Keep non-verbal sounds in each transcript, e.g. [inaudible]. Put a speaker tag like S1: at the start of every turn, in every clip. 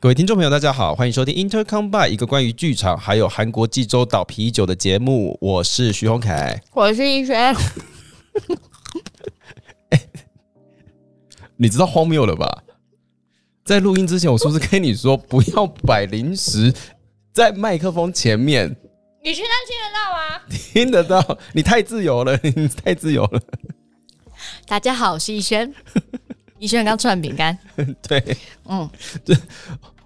S1: 各位听众朋友，大家好，欢迎收听 Intercom by 一个关于剧场还有韩国济州岛啤酒的节目，我是徐宏凯。
S2: 我是一轩，
S1: 你知道荒谬了吧？在录音之前，我是不是跟你说不要摆零食在麦克风前面？
S2: 你现在听得到吗？
S1: 听得到？你太自由了，你太自由 [laughs] 了。
S2: 大家好，我是一 [laughs] 轩。一轩刚吃完饼干，
S1: 对，
S2: 嗯，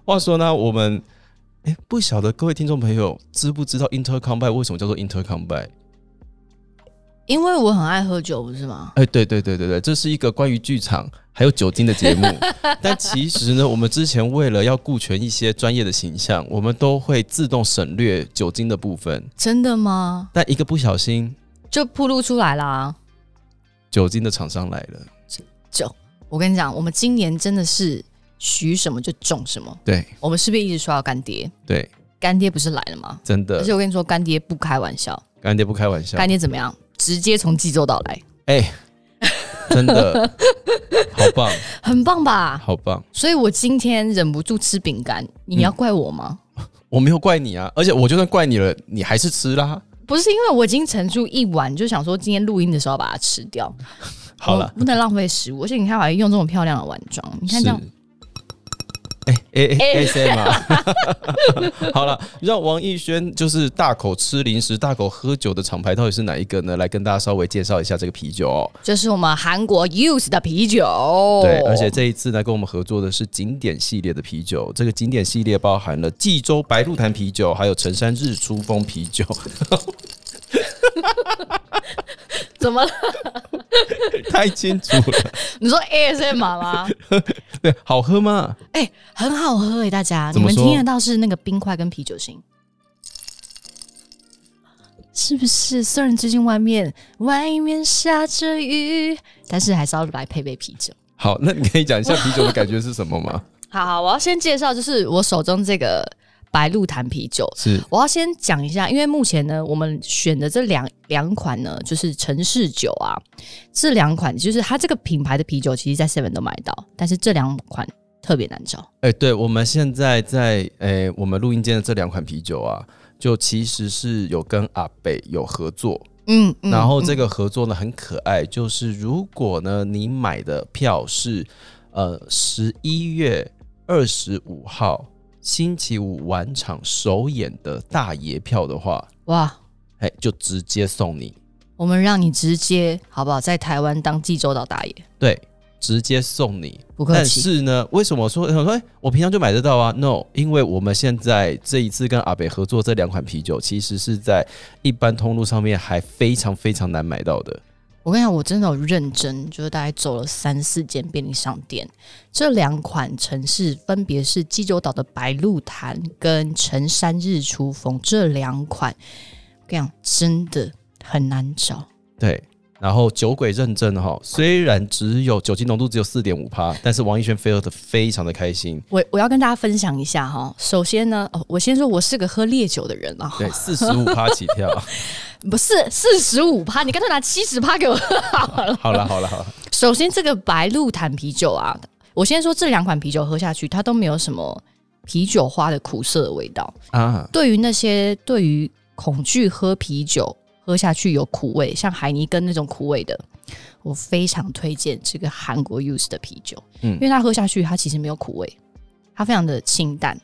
S1: 话说呢，我们哎、诶不晓得各位听众朋友知不知道 Intercom by 为什么叫做 Intercom by？
S2: 因为我很爱喝酒，不是吗？
S1: 哎、对对对对对，这是一个关于剧场还有酒精的
S2: [laughs]
S1: 节目。但其实呢，我们之前为了要顾全一些专业的形象，我们都会自动省略酒精的部分。
S2: 真的吗？
S1: 但一个不小心，
S2: 就铺露出来啦。
S1: 酒精的厂商来了，
S2: 我跟你讲，我们今年真的是许什么就中什么。
S1: 对
S2: 我们是不是一直说要干爹？
S1: 对，
S2: 干爹不是来了吗？
S1: 真
S2: 而
S1: 的
S2: 且，我跟你说，干爹不开玩笑，
S1: 干爹不开玩笑，
S2: 干爹怎么样？直接从济州岛来，
S1: 哎、真的，好棒，
S2: 很棒吧？
S1: 好棒。
S2: 所以我今天忍不住吃饼干，你要怪我吗？
S1: 我没有怪你啊，而且我就算怪你了，你还是吃啦。
S2: 不是因为我已经盛出一碗，就想说今天录音的时候要把它吃掉。
S1: 好了
S2: 我，不能浪费食物，而且你看，我还用这么漂亮的碗装，你看这样
S1: 是。哎哎哎，S M 啊！ [laughs] 好了，让王艺轩就是大口吃零食、大口喝酒的厂牌到底是哪一个呢？来跟大家稍微介绍一下这个啤酒哦。
S2: 这是我们韩国 use 的啤酒，
S1: 对，而且这一次呢，跟我们合作的是景点系列的啤酒。这个景点系列包含了济州白鹿潭啤酒，还有成山日出峰啤酒。 [laughs]
S2: 怎么了？
S1: 太清楚了，
S2: 你说
S1: [laughs]
S2: ASMR 吗？
S1: 对，好喝吗？
S2: 哎、很好喝哎、大家，
S1: 怎
S2: 你
S1: 么
S2: 们
S1: 说
S2: 听得到是那个冰块跟啤酒心，是不是？虽然最近外面外面下着雨，但是还是要来配杯啤酒。
S1: 好，那你可以讲一下啤酒的感觉是什么吗？
S2: 好好，我要先介绍，就是我手中这个白鹿潭啤酒，
S1: 是
S2: 我要先讲一下，因为目前呢，我们选的这两两款呢，就是城市酒啊，这两款就是它这个品牌的啤酒，其实在 Seven 都买到，但是这两款特别难找。
S1: 哎、对，我们现在在哎、我们录音间的这两款啤酒啊，就其实是有跟阿北有合作，
S2: 嗯，嗯
S1: 然后这个合作呢很可爱，就是如果呢你买的票是呃十一月二十五号星期五晚场首演的大爷票的话，
S2: 哇，
S1: 哎、就直接送你，
S2: 我们让你直接好不好，在台湾当济州岛大爷，
S1: 对，直接送你，
S2: 不客
S1: 但
S2: 气。
S1: 是呢，为什么说我说、哎，我平常就买得到啊？No，因为我们现在这一次跟阿北合作这两款啤酒，其实是在一般通路上面还非常非常难买到的。
S2: 我跟你讲，我真的有认真，就是大概走了三四间便利商店。这两款城市分别是济州岛的白鹿潭跟城山日出峰这两款，我跟你讲，真的很难找。
S1: 对，然后酒鬼认证哈，虽然只有酒精浓度只有四点五趴，但是王一轩飞喝的非常的开心。
S2: 我我要跟大家分享一下哈，首先呢，哦，我先说我是个喝烈酒的人啊，
S1: [laughs] 对，四十五趴起 [laughs] 跳。
S2: 不是四十五趴，你干脆拿七十趴给我喝好了。
S1: 好了好了好了，
S2: 首先，这个白鹿潭啤酒啊，我先说这两款啤酒喝下去，它都没有什么啤酒花的苦涩的味道。
S1: 啊，
S2: 对于那些对于恐惧喝啤酒喝下去有苦味，像海尼根那种苦味的，我非常推荐这个韩国 use 的啤酒，
S1: 嗯
S2: 因为它喝下去它其实没有苦味，它非常的清淡。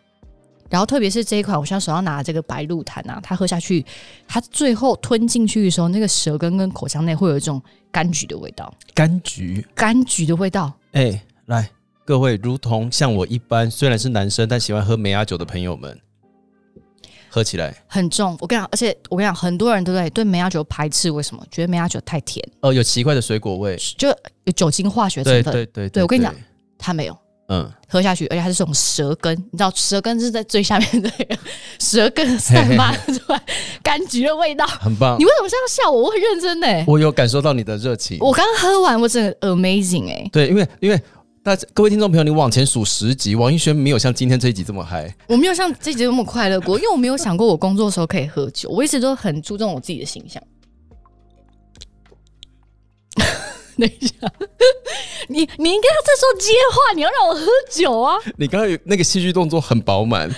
S2: 然后特别是这一款，我现在手上拿的这个白鹿潭啊，它喝下去，它最后吞进去的时候，那个舌根跟口腔内会有一种柑橘的味道，
S1: 柑橘，
S2: 柑橘的味道，
S1: 哎、来。各位，如同像我一般，虽然是男生，但喜欢喝梅亚酒的朋友们，喝起来。
S2: 很重。我跟你讲，而且我跟你讲，很多人都在对梅亚酒排斥，为什么？觉得梅亚酒太甜，
S1: 哦，有奇怪的水果味。
S2: 就有酒精化学成
S1: 对
S2: 分。
S1: 对对
S2: 对我跟你讲，它没有
S1: 嗯，
S2: 喝下去，而且它是这种舌根，你知道舌根是在最下面的， [laughs] 舌根散发出来柑橘的味道。
S1: 很棒
S2: 你，为什么这样笑我？我很认真呢、欸
S1: 我有感受到你的热情。
S2: 我刚喝完，我真的 amazing 哎、
S1: 对，因为因为大家各位听众朋友，你往前数十集，王一轩没有像今天这一集这么嗨。
S2: 我没有像这集那么快乐过，因为我没有想过我工作的时候可以喝酒，我一直都很注重我自己的 [laughs] 形象。等一下，你你应该要这时候接话，你要让我喝酒啊！
S1: 你刚刚有那个戏剧动作很饱
S2: [laughs]
S1: 满，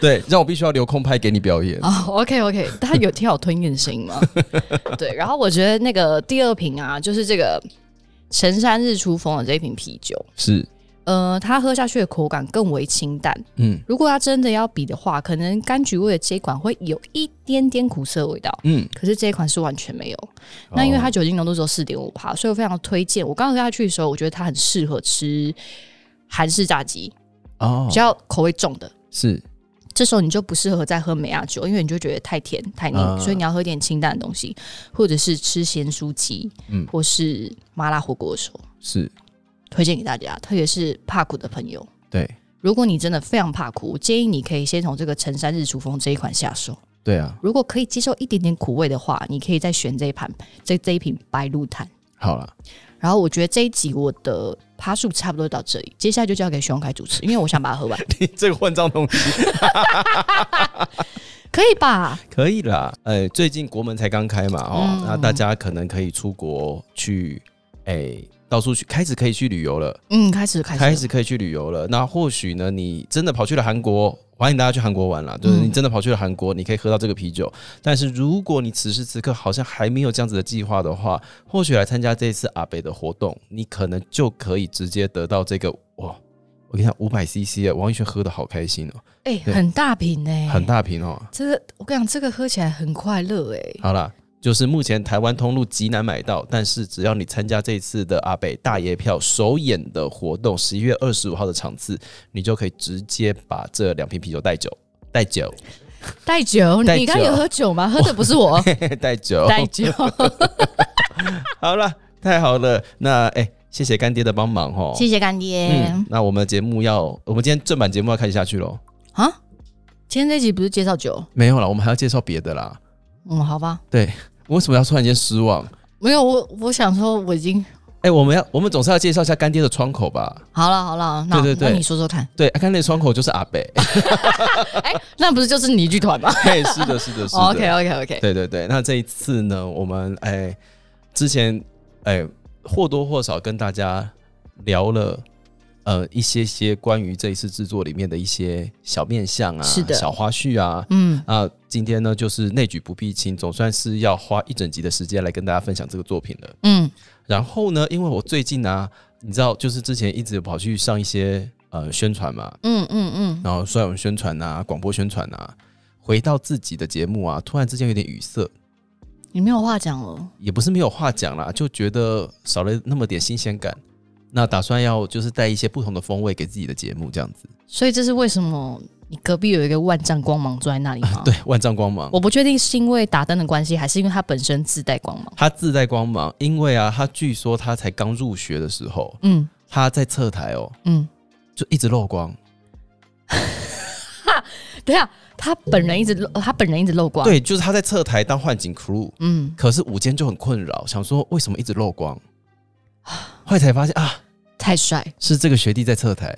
S1: 对，让我必须要留空拍给你表演。
S2: 哦、o k OK，他有听到我吞咽的声音
S1: [laughs]
S2: 吗？对，然后我觉得那个第二瓶啊，就是这个陈山日出风的这一瓶啤酒，
S1: 是，
S2: 呃，它喝下去的口感更为清淡。
S1: 嗯
S2: 如果它真的要比的话，可能柑橘味的这一款会有一点点苦涩味道，
S1: 嗯，
S2: 可是这一款是完全没有。那因为它
S1: 哦
S2: 酒精浓度只有四点五帕，所以我非常推荐。我刚喝下去的时候，我觉得它很适合吃韩式炸鸡，
S1: 哦
S2: 比较口味重的。
S1: 是
S2: 这时候你就不适合再喝美亚酒，因为你就觉得太甜太腻，
S1: 啊
S2: 所以你要喝点清淡的东西，或者是吃咸酥鸡，
S1: 嗯
S2: 或是麻辣火锅的时候，
S1: 是，
S2: 推荐给大家，特别是怕苦的朋友。
S1: 对
S2: 如果你真的非常怕苦，我建议你可以先从这个陈山日出风这一款下手。
S1: 对啊，
S2: 如果可以接受一点点苦味的话，你可以再选这一盘这这一瓶白鹿炭。
S1: 好
S2: [laughs]
S1: 了，
S2: 然后我觉得这一集我的趴数差不多到这里，接下来就交给徐荣凯主持，因为我想把它
S1: [laughs]
S2: 喝完，
S1: 你这个混账东西
S2: 可以吧？
S1: 可以啦。呃，最近国门才刚开嘛，哦，
S2: 嗯
S1: 那大家可能可以出国去，哎，到处去，开始可以去旅游了。
S2: 嗯，开始开始
S1: 开始可以去旅游了。那或许呢，你真的跑去了韩国，欢迎大家去韩国玩啦。就是
S2: 嗯
S1: 你真的跑去了韩国，你可以喝到这个啤酒。但是如果你此时此刻好像还没有这样子的计划的话，或许来参加这一次阿北的活动，你可能就可以直接得到这个哇。我跟你讲，五百 CC 啊，王一轩喝的好开心哦、
S2: 哎、
S1: 对
S2: 很大瓶哎、
S1: 很。大瓶哦、
S2: 这个我跟你讲，这个喝起来很快乐哎、
S1: 好啦，就是目前台湾通路极难买到，但是只要你参加这次的阿北大爷票首演的活动，十一月二十五号的场次，你就可以直接把这两瓶啤酒带走。带酒，
S2: 带
S1: 带
S2: 酒，
S1: 酒哦
S2: 你刚刚有喝酒吗？喝的不是
S1: [laughs]
S2: 我，
S1: 带酒，
S2: 哦带酒。
S1: 哦好了，太好了。那哎、谢谢干爹的帮忙哦。
S2: 谢干爹
S1: 嗯，那我们节目要，我们今天正版节目要开始下去喽。
S2: 啊！今天这集不是介绍酒？
S1: 没有啦，我们还要介绍别的啦。
S2: 嗯，好吧，
S1: 为什么要突然间失望？
S2: 没有我，我想说我已经
S1: 哎、我们要，我们总是要介绍一下干爹的窗口吧？
S2: 好了好了，那
S1: 对对对
S2: 那你说说看，
S1: 对，啊干爹的窗口就是阿北。 [laughs]
S2: 哎、那不是就是你剧团吗
S1: 嘿，哎是的， [laughs] 是的，是的。
S2: 哦？OK OK OK，
S1: 对对对，那这一次呢，我们哎之前哎或多或少跟大家聊了呃一些些关于这一次制作里面的一些小面相啊，
S2: 是的
S1: 小花絮啊。
S2: 嗯，
S1: 啊，今天呢，就是内举不避亲，总算是要花一整集的时间来跟大家分享这个作品了。
S2: 嗯，
S1: 然后呢，因为我最近呢、啊你知道，就是之前一直跑去上一些呃宣传嘛，
S2: 嗯嗯嗯，
S1: 然后算文宣传啊，广播宣传啊，回到自己的节目啊，突然之间有点语塞，
S2: 你没有话讲了，
S1: 也不是没有话讲啦，就觉得少了那么点新鲜感。那打算要就是带一些不同的风味给自己的节目，这样子。
S2: 所以这是为什么你隔壁有一个万丈光芒坐在那里吗？
S1: [laughs] 对，万丈光芒，
S2: 我不确定是因为打灯的关系，还是因为它本身自带光芒。
S1: 他自带光芒，因为啊，他据说他才刚入学的时候，
S2: 嗯
S1: 他在侧台哦，
S2: 嗯，
S1: 就一直漏光。
S2: 等一下，啊他本人一直露，他本人一直漏光。，
S1: 对，就是他在侧台当幻景 crew，
S2: 嗯，
S1: 可是午间就很困扰，想说为什么一直漏
S2: [sighs]
S1: 光，后来才发现啊，
S2: 太帅
S1: 是这个学弟在侧台，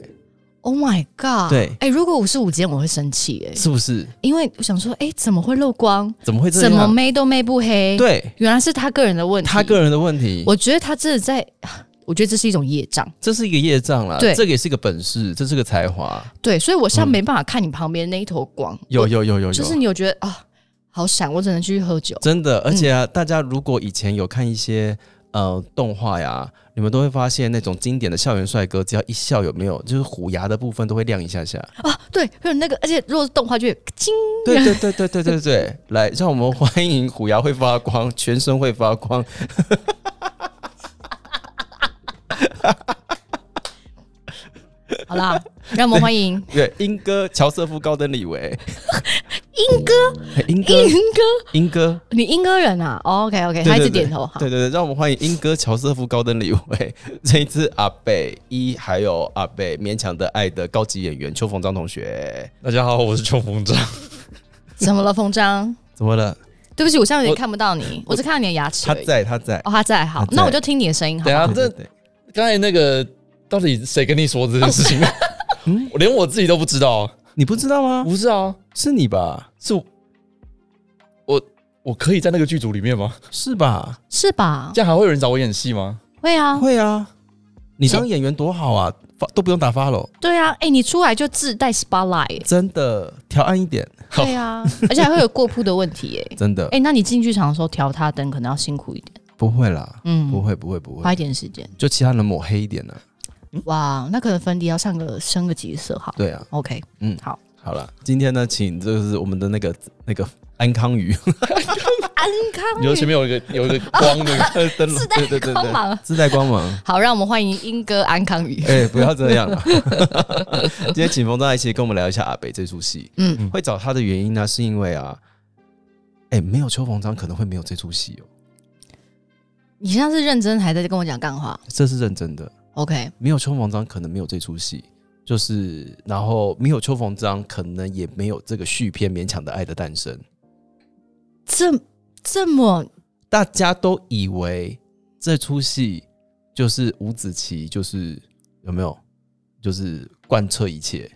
S2: ，Oh my god！
S1: 对
S2: 哎、如果我是午间，我会生气哎、
S1: 是不是？
S2: 因为我想说，哎、怎么会漏光？
S1: 怎么会哎这
S2: 怎么
S1: 样？
S2: 妹都妹不黑？，
S1: 对
S2: 原来是他个人的问题。
S1: 他，个人的问题，
S2: 我觉得他真的在，我觉得这是一种业障。
S1: 这是一个业障啦，
S2: 对
S1: 这个也是一个本事，这是个才华。
S2: 对，所以我现在
S1: 嗯
S2: 没办法看你旁边那一头光。
S1: 有
S2: 我
S1: 有有有有，
S2: 就是你嗯有觉得啊，好闪，我只能去喝酒。
S1: 真的，而且啊，大家如果以前有看一些呃动画呀，你们都会发现那种经典的校园帅哥，只要一笑有没有，就是虎牙的部分都会亮一下下。
S2: 啊，对，还有那个，而且如果是动画剧，金
S1: 对对对对对对
S2: [laughs]
S1: 对，来，让我们欢迎虎牙会发光，全身会发光。
S2: 好啦，
S1: [laughs]
S2: 让我们欢迎
S1: 对，英哥，乔瑟夫·高登·李维，
S2: 英哥，
S1: 嘿 [laughs] 英哥，
S2: 英哥，
S1: 英哥。
S2: 你英哥人啊、o k OK，
S1: 对
S2: 他一
S1: 对
S2: 直
S1: 对
S2: 点头，好，
S1: 对对对，让我们欢迎英哥乔瑟夫·高登·李维， [laughs] 这一次阿北一还有阿北勉强的爱的高级演员邱逢章同学，
S3: 大家好，我是邱鹏章。
S2: [laughs] 怎么了，风章？
S1: 怎么了？
S2: 对不起，我现在有点
S1: 我
S2: 看不到你，我只看到你的牙齿
S1: 他
S2: 而已。
S1: 在，他在。
S2: 哦，他在，好
S1: 他，在
S2: 那我就听你的声音，好
S3: [laughs] 等一
S2: 吗。
S3: 下
S1: 对啊
S3: 这
S1: 对对
S3: 刚才那个到底谁跟你说这件事 [laughs] 情？我连我自己都不知道，啊
S1: 你不知道吗？
S3: 不是嗯啊，
S1: 是你吧？
S3: 是我我我可以在那个剧组里面吗？
S1: 是吧？
S2: 是吧？
S3: 啊这样还会有人找我演戏吗？
S2: 会啊，
S1: 会啊，你当演员多好啊，发都不用打发了，
S2: 对啊，哎、你出来就自带 spotlight，
S1: 真的调暗一点，
S3: 好
S2: 对啊，而且还会有过铺的问题、哎，
S1: 真的、
S2: 哎、那你进剧场的时候调他灯可能要辛苦一点，
S1: 不会啦，
S2: 嗯，
S1: 不，会不会嗯不
S2: 花
S1: 会，
S2: 一点时间。
S1: 就其他人抹黑一点啊呢、
S2: 哇，那可能粉底要上个升个级色号。
S1: 对啊，
S2: OK，
S1: 嗯
S2: 好，
S1: 好了，今天呢，请就是我们的那个那个安康鱼 [laughs]
S2: 安康
S3: 你说前面有一 [laughs] 个有一个光的，
S1: 灯笼，
S2: 自带
S1: 对对对
S2: 光
S1: 对，
S2: 芒。
S1: 自带光芒。
S2: 好，让我们欢迎英哥安康宇。
S1: [laughs] 哎、不要 [laughs] 这样了。今天请冯大一起跟我们聊一下阿北这出戏。
S2: 嗯，
S1: 会找他的原因呢，是因为啊，哎、没有邱逢章可能会没有这出戏哦，
S2: 你现在是认真还在跟我讲干话
S1: 这是认真的。
S2: ？OK，
S1: 没有邱逢章可能没有这出戏，就是然后没有邱逢章可能也没有这个续篇《勉强的爱的诞生》。
S2: 这这么
S1: 大家都以为这出戏就是伍子棋，就是有没有，就是贯彻一切，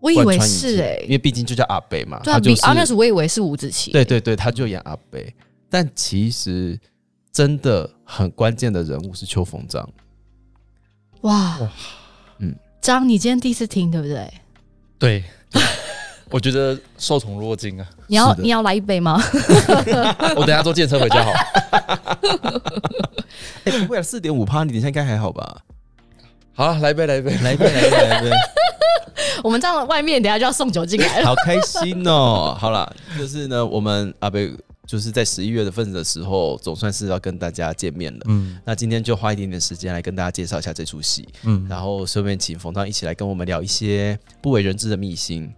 S2: 我以
S1: 贯
S2: 为
S1: 穿一
S2: 是
S1: 切，
S2: 哎、
S1: 因为毕竟就叫阿北嘛，
S2: 对啊
S1: 他就
S2: ，Be
S1: 是
S2: honest，我以为是伍子棋。
S1: 对对对，他就演阿北，但其实真的很关键的人物是邱逢章。
S2: 哇，
S1: 嗯
S2: 张，你今天第一次听对不对？
S3: 对，我觉得受宠若惊啊！
S2: 你要
S1: 是的
S2: 你要来一杯吗？ [laughs]
S3: 我等一下坐电车回家好 [laughs] 了，
S1: [laughs] 哎、不会啊，四点五趴，你等一下应该还好吧？
S3: 好了，来一杯，来一杯，
S1: 来一杯，来一杯，来一杯，
S2: 我们这样外面等一下就要送酒
S1: [laughs]
S2: 进来
S1: [laughs]
S2: 了。
S1: 好开心哦！ [laughs] 好啦，就是呢，我们阿北就是在十一月的份的时候，总算是要跟大家见面了。
S3: 嗯
S1: 那今天就花一点点时间来跟大家介绍一下这出戏，
S3: 嗯，
S1: 然后顺便请冯章一起来跟我们聊一些不为人知的秘辛。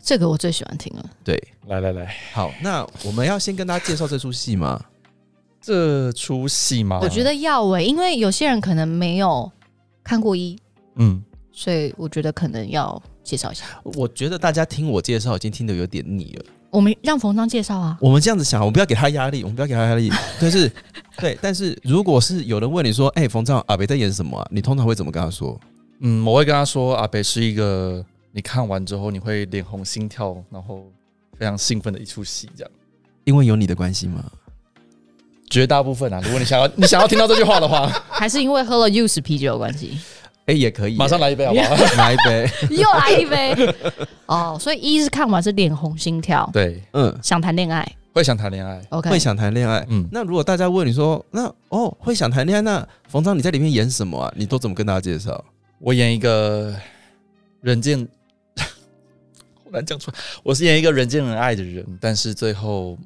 S2: 这个我最喜欢听了。
S1: 对，
S3: 来来来，
S1: 好，那我们要先跟大家介绍这出戏吗？
S3: 这出戏嘛，
S2: 我觉得要诶、因为有些人可能没有看过一，
S3: 嗯，
S2: 所以我觉得可能要介绍一下。
S1: 我觉得大家听我介绍已经听得有点腻了。
S2: 我们让冯章介绍啊。
S1: 我们这样子想，我们不要给他压力，我们不要给他压力。但是，对，但是如果是有人问你说：“哎、冯章阿北在演什么、啊？”你通常会怎么跟他说？
S3: 嗯，我会跟他说，阿北是一个你看完之后你会脸红心跳，然后非常兴奋的一出戏，这样。
S1: 因为有你的关系吗？
S3: 绝大部分啊，如 [laughs] 果你想要你想要听到这句话的话， [laughs]
S2: 还是因为喝了 use 啤酒有关系，
S1: 哎、也可以耶、
S3: 马上来一杯好不好？
S1: 来一杯。
S2: 又来一杯哦。所以一是看完是脸红心跳，
S3: [laughs] 对，
S2: [laughs]
S1: 嗯，
S2: 想谈恋爱。
S3: 会想谈恋爱，
S2: OK，
S1: 会想谈恋爱。
S3: 嗯，
S1: 那如果大家问你说：“那哦，会想谈恋爱？”那冯章你在里面演什么啊？你都怎么跟大家介绍？
S3: 我演一个人见， [laughs] 好难讲出来，我是演一个人见人爱的人，但是最后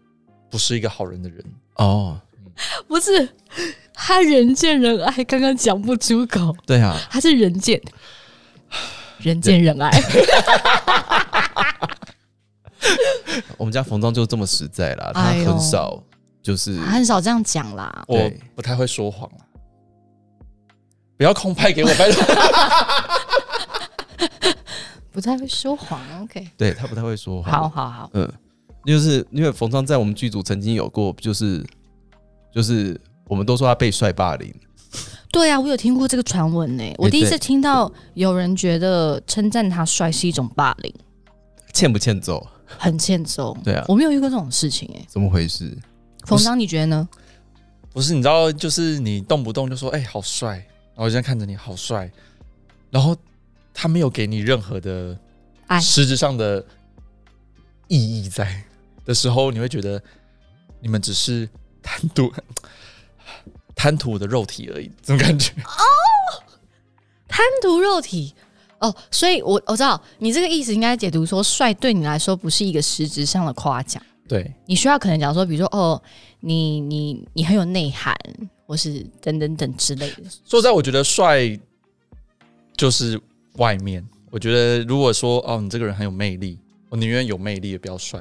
S3: 不是一个好人的人。
S1: 哦，
S2: 不是他人见人爱，刚刚讲不出口，
S1: 对啊，
S2: 他是人见人见人爱。
S1: 我们家冯章就这么实在啦，他
S2: 哎呦
S1: 很少就是、
S2: 啊 [laughs] 很少这样讲啦。
S3: 我
S1: 对
S3: 不太会说谎啊，不要空拍给我，拜托。
S2: 不太会说谎。OK，啊
S1: 对他不太会说话。
S2: 好，好好，
S1: 嗯，就是因为冯章在我们剧组曾经有过，就是就是我们都说他被帅霸凌，
S2: 对啊，我有听过这个传闻呢。我第一次听到有人觉得称赞他帅是一种霸凌，
S1: 欠不欠揍？
S2: 很欠揍。
S1: 对啊
S2: 我没有遇过这种事情哎。
S1: 怎么回事？
S2: 冯章，你觉得呢？
S3: 不是，你知道，就是你动不动就说“哎、好帅”，然后我就这样看着你好帅，然后他没有给你任何的
S2: 爱
S3: 实质上的意义在的时候，你会觉得你们只是贪图 [laughs] 贪图我的肉体而已，这种感觉。
S2: 贪图肉体。哦，所以我我知道你这个意思应该解读说，帅对你来说不是一个实质上的夸奖，
S3: 对，
S2: 你需要可能讲说，比如说哦，你你你很有内涵，或是等等等之类的。
S3: 说实在，我觉得帅就是外面。我觉得如果说哦，你这个人很有魅力，我宁愿有魅力也不要帅。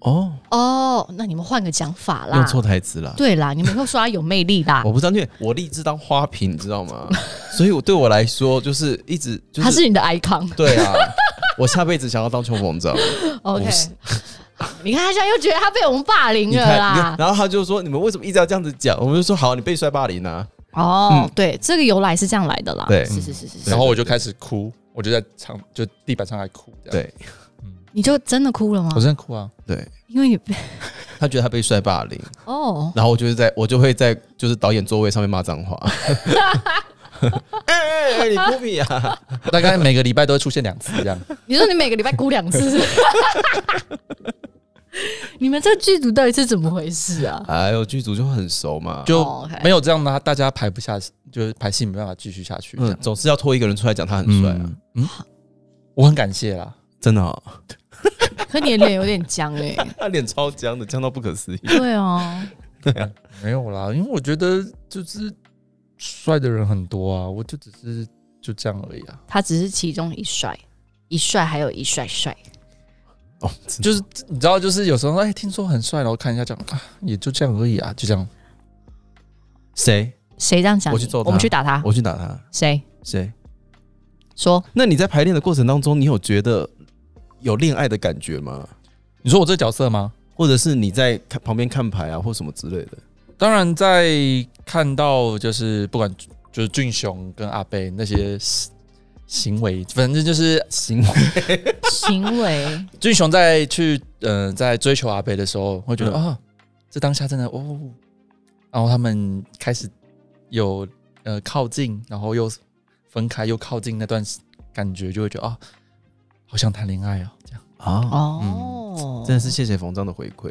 S1: 哦，
S2: 哦，那你们换个讲法啦，
S1: 用错台词了。
S2: 对啊啦，你们会说他有魅力啦，
S1: [laughs] 我不知道，因为我立志当花瓶，你知道
S2: [laughs]
S1: 吗？所以我对我来说，就是一直就
S2: 他是你
S1: [laughs]
S2: 的 icon。
S1: 对啊，我下辈子想要当邱逢
S2: [laughs]
S1: 章。
S2: OK，
S1: 不是
S2: 你看他现在又觉得他被我们霸凌
S1: 你
S2: 了
S1: 看，你看
S2: 啦。
S1: 然后他就说：“你们为什么一直要这样子讲？”我们就说：“好，你被摔霸凌啊。
S2: 哦，对，这个由来是这样来的啦。
S1: 对
S2: 是是是是是
S3: 然后我就开始哭，我就在场就地板上还哭。”这样
S1: 对
S2: 你就真的哭了吗
S3: 我？真的哭啊！
S1: 对，
S2: 因为你 [laughs] 被
S1: 他觉得他被摔霸凌，
S2: 哦，
S1: [laughs] 然后我就是在我就会在就是导演座位上面骂脏话。哎、你哭屁啊！
S3: 大概每个礼拜都会出现两次这
S2: [laughs]
S3: 样。
S2: 你说你每个礼拜哭两次是不是，
S1: [laughs]
S2: 你们这剧组到底是怎么回事啊？
S1: [laughs] 哎呦，剧组就很熟嘛，
S3: 就
S2: 哦，OK
S3: 没有这样的，大家排不下，就是排戏没办法继续下去这
S1: 嗯
S3: 样，。
S1: 总是要拖一个人出来讲他很帅啊，
S3: 嗯，嗯，我很感谢啦。
S1: 真的、哦，
S2: 可你的脸有点僵哎、
S1: [laughs] 他脸超僵的，僵到不可思议。
S2: 对啊，
S3: 没有啦，因为我觉得就是帅的人很多啊，我就只是就这样而已啊。
S2: 他只是其中一帅，一帅还有一帅帅。
S1: 哦，
S3: 就是是你知道，就是有时候哎，听说很帅，然后看一下这样啊，也就这样而已啊，就这样。
S1: 谁？
S2: 谁这样讲你？
S1: 我去揍他
S2: 我们去打他。
S1: 我去打他。
S2: 谁
S1: 谁？
S2: 说？
S1: 那你在排练的过程当中，你有觉得有恋爱的感觉吗？
S3: 你说我这角色吗？
S1: 或者是你在看旁边看牌啊，或什么之类的？
S3: 当然，在看到就是不管就是俊雄跟阿贝那些行行为，反正就是
S1: 行，
S2: 行为
S3: 俊雄在去呃在追求阿贝的时候，会觉得啊、
S1: 嗯
S3: 这当下真的哦，然后他们开始有呃靠近，然后又分开又靠近那段感觉，就会觉得啊、好想谈恋爱哦，这样
S1: 啊，
S2: 哦，
S1: 真的是谢谢冯章的回馈。